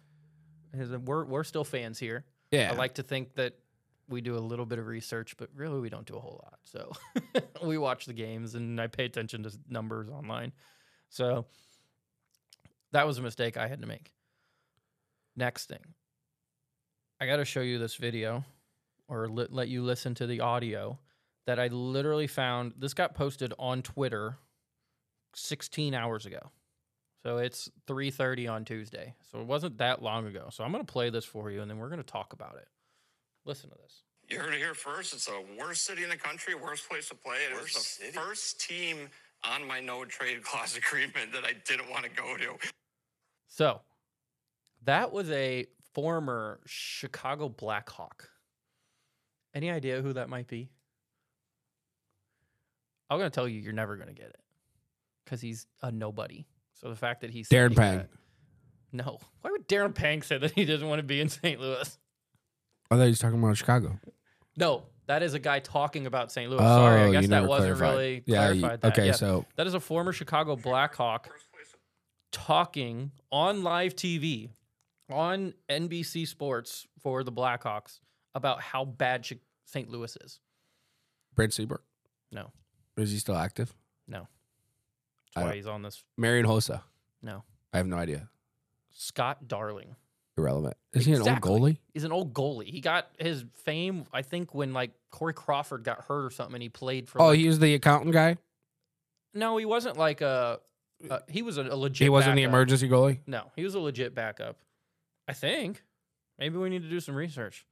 his- we're we're still fans here.
Yeah.
I like to think that we do a little bit of research, but really we don't do a whole lot. So <laughs> we watch the games and I pay attention to s- numbers online. So that was a mistake I had to make. Next thing, I got to show you this video or li- let you listen to the audio that I literally found. This got posted on Twitter 16 hours ago. So it's 3:30 on Tuesday. So it wasn't that long ago. So I'm going to play this for you and then we're going to talk about it. Listen to this.
You heard it here first. It's the worst city in the country, worst place to play. It was the
Worst city?
first team on my no trade clause <laughs> agreement that I didn't want to go to.
So that was a former Chicago Blackhawk. Any idea who that might be? I'm going to tell you, you're never going to get it because he's a nobody. So the fact that he's
Darren Pang.
no, why would Darren Pang say that he doesn't want to be in St. Louis?
I thought he was talking about Chicago.
No, that is a guy talking about St. Louis. Oh, Sorry, I
Oh, you
guess that
never
wasn't
clarified.
really
Yeah, you-
clarified. that.
okay,
Yeah.
so
that is a former Chicago Blackhawk talking on live TV on NBC Sports for the Blackhawks about how bad Chi- St. Louis is.
Brent Seabrook,
No,
is he still active?
no.
I
That's why
don't-
he's on this.
Marion Hossa.
No.
I have no idea.
Scott Darling
Irrelevant. Is he an
Exactly.
old goalie?
is an old goalie. He got his fame, I think, when like Corey Crawford got hurt or something, and he played for.
Oh,
like-
he was the accountant guy?
no, he wasn't like a. Uh, he was a, a legit.
He wasn't the
backup.
emergency goalie?
No, he was a legit backup. I think. Maybe we need to do some research.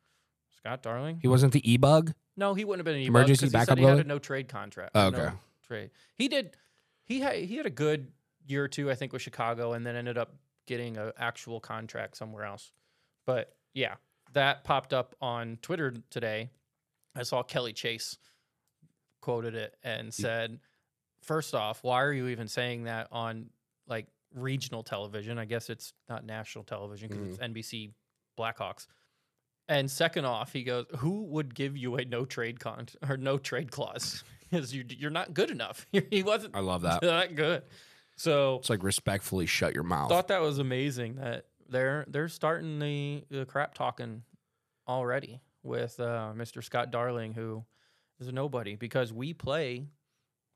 Scott Darling.
He wasn't the E bug?
No, he wouldn't have been an emergency
Emergency
he
backup
Said he had a
goalie?
no trade contract.
Oh,
no
okay.
trade. He did. He had he had a good year or two, I think, with Chicago, and then ended up getting an actual contract somewhere else. But yeah, that popped up on Twitter today. I saw Kelly Chase quoted it and said, first off, why are you even saying that on like regional television? I guess it's not national television because
Mm.
it's NBC Blackhawks. And second off, he goes, "Who would give you a no trade con or no trade clause? <laughs> Because you you're not good enough. <laughs> he wasn't
I
<laughs>
love that.
that good. So
It's like respectfully shut your mouth.
thought that was amazing that they're they're starting the, the crap talking already with uh, Mr. Scott Darling, who is a nobody because we play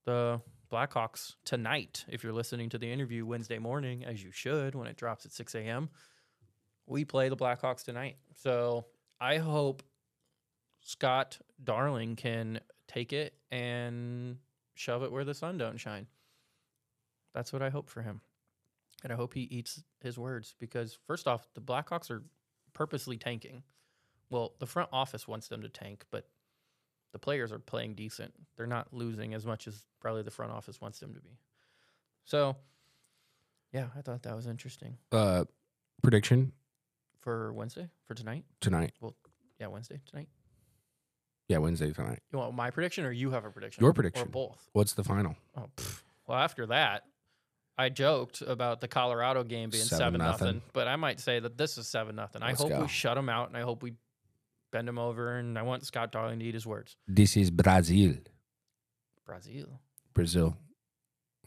the Blackhawks tonight. If you're listening to the interview Wednesday morning, as you should when it drops at 6 a.m., we play the Blackhawks tonight. So I hope Scott Darling can take it and shove it where the sun don't shine. That's what I hope for him. And I hope he eats his words because, first off, the Blackhawks are purposely tanking. Well, the front office wants them to tank, but the players are playing decent. They're not losing as much as probably the front office wants them to be. So, yeah, I thought that was interesting
uh, prediction
for Wednesday, for tonight.
tonight.
Yeah, Wednesday, tonight.
Yeah, Wednesday tonight.
You want my prediction or you have a prediction?
Your
Or
prediction.
both.
What's the final?
Oh, pff. well, after that, I joked about the Colorado game being
Seven
seven,
nothing.
nothing, but I might say that this is seven nothing. I
Let's
hope
go.
we shut them out, and I hope we bend him over, and I want Scott Darling to eat his words.
This is Brazil.
Brazil,
Brazil.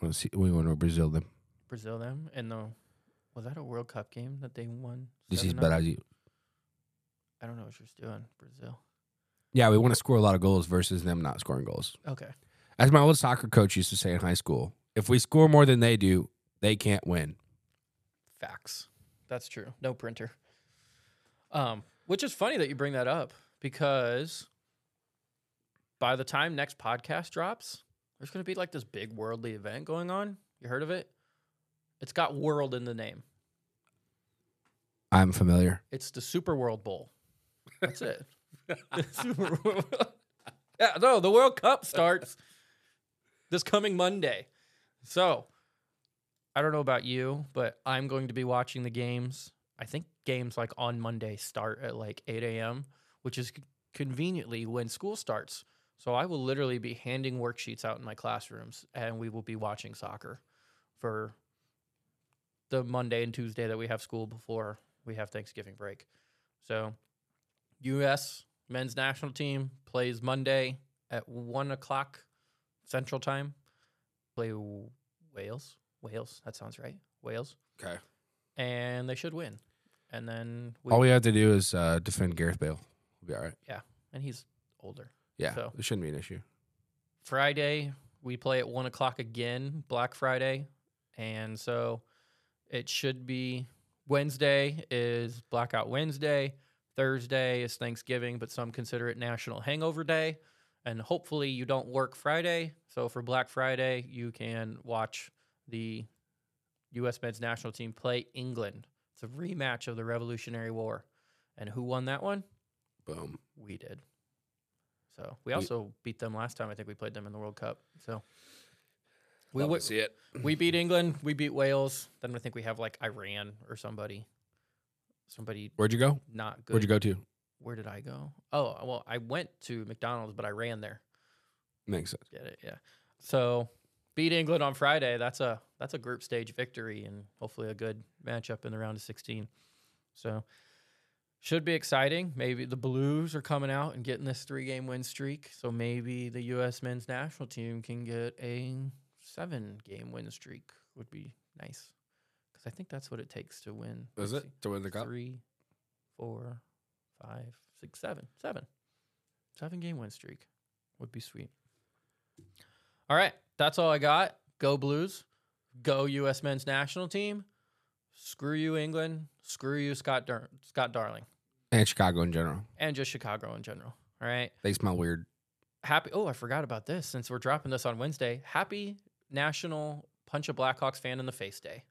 We'll see, we want to Brazil them.
Brazil, them, and the was that a World Cup game that they won?
This is
7-0?
Brazil.
I don't know what you're doing, Brazil.
Yeah, we want to score a lot of goals versus them not scoring goals.
Okay,
As my old soccer coach used to say in high school, if we score more than they do, they can't win.
facts. That's true. No printer. Um, which is funny that you bring that up because by the time next podcast drops, there's going to be like this big worldly event going on. You heard of it? It's got world in the name.
I'm familiar.
It's the Super World Bowl. That's it. <laughs> Super World. <laughs> yeah, no, the World Cup starts this coming Monday. So, I don't know about you, but I'm going to be watching the games. I think games like on Monday start at like 8 a.m., which is conveniently when school starts. So, I will literally be handing worksheets out in my classrooms and we will be watching soccer for the Monday and Tuesday that we have school before we have Thanksgiving break. So, U.S. men's national team plays Monday at one o'clock Central Time. Play W- Wales. Wales. That sounds right. Wales.
Okay.
And they should win. And then we,
All we have to do is uh, defend Gareth Bale. We'll be all right.
and he's older.
Yeah,
So-
it shouldn't be an issue.
Friday we play at one o'clock again, Black Friday, and so it should be Wednesday is Blackout Wednesday. Thursday is Thanksgiving, but some consider it National Hangover Day. And hopefully you don't work Friday. So for Black Friday, you can watch the U.S. men's national team play England. It's a rematch of the Revolutionary War. And who won that one?
Boom.
we did. So we also beat them last time. I think we played them in the World Cup. So we
Love to
w-
see it.
we beat England. We beat Wales. Then I think we have like Iran or somebody, somebody
Where'd you go?
not good.
Where'd you go to?
Where did I go? Oh well, I went to McDonald's, but I ran there.
Makes sense.
Get it? Yeah. So beat England on Friday. That's a that's a group stage victory and hopefully a good matchup in the round of 16. So should be exciting. Maybe the Blues are coming out and getting this three game win streak. So maybe the U.S. men's national team can get a seven game win streak. Would be nice because I think that's what it takes to win.
Is
Let's
it to win the cup?
Three, four, five, six, seven, seven, seven game win streak would be sweet. All right. That's all I got. Go Blues. Go U.S. men's national team. Screw you, England. Screw you, Scott, Dar- Scott Darling.
And Chicago in general.
And just Chicago in general. All right.
They smell weird.
Happy. Oh, I forgot about this since we're dropping this on Wednesday. Happy National Punch a Blackhawks fan in the face day.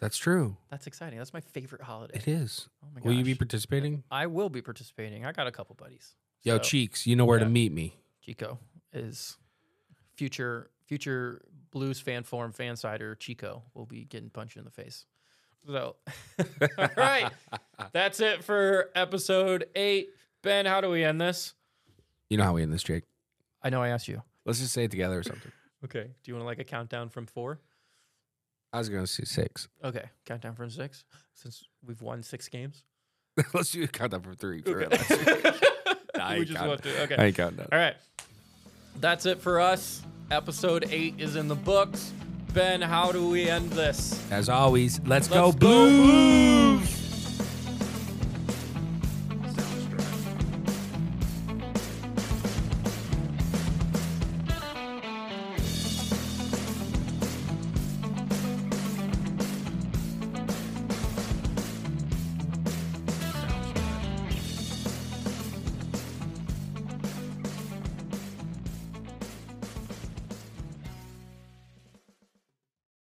That's true.
That's exciting. That's my favorite holiday.
It is.
Oh my gosh.
Will you be participating?
I will be participating. I got a couple buddies.
Yo,
So,
Cheeks, you know where
yeah.
to meet me.
Chico is future future blues fan form fan sider Chico will be getting punched in the face. So <laughs> all
<laughs>
right. That's it for episode eight. Ben, how do we end this?
You know how we end this, Jake.
I know I asked you.
Let's just say it together or something.
Okay. Do you want to like a countdown from four?
I was going to say six. <laughs>
Okay. Countdown from six. Since we've won six games.
Let's do a countdown from three. For real.
<laughs>
I
we
ain't
just
counting.
want to. Okay.
I ain't counting that.
All right. That's it for us. Episode eight is in the books. Ben, how do we end this?
As always, let's, go,
Let's go
blue.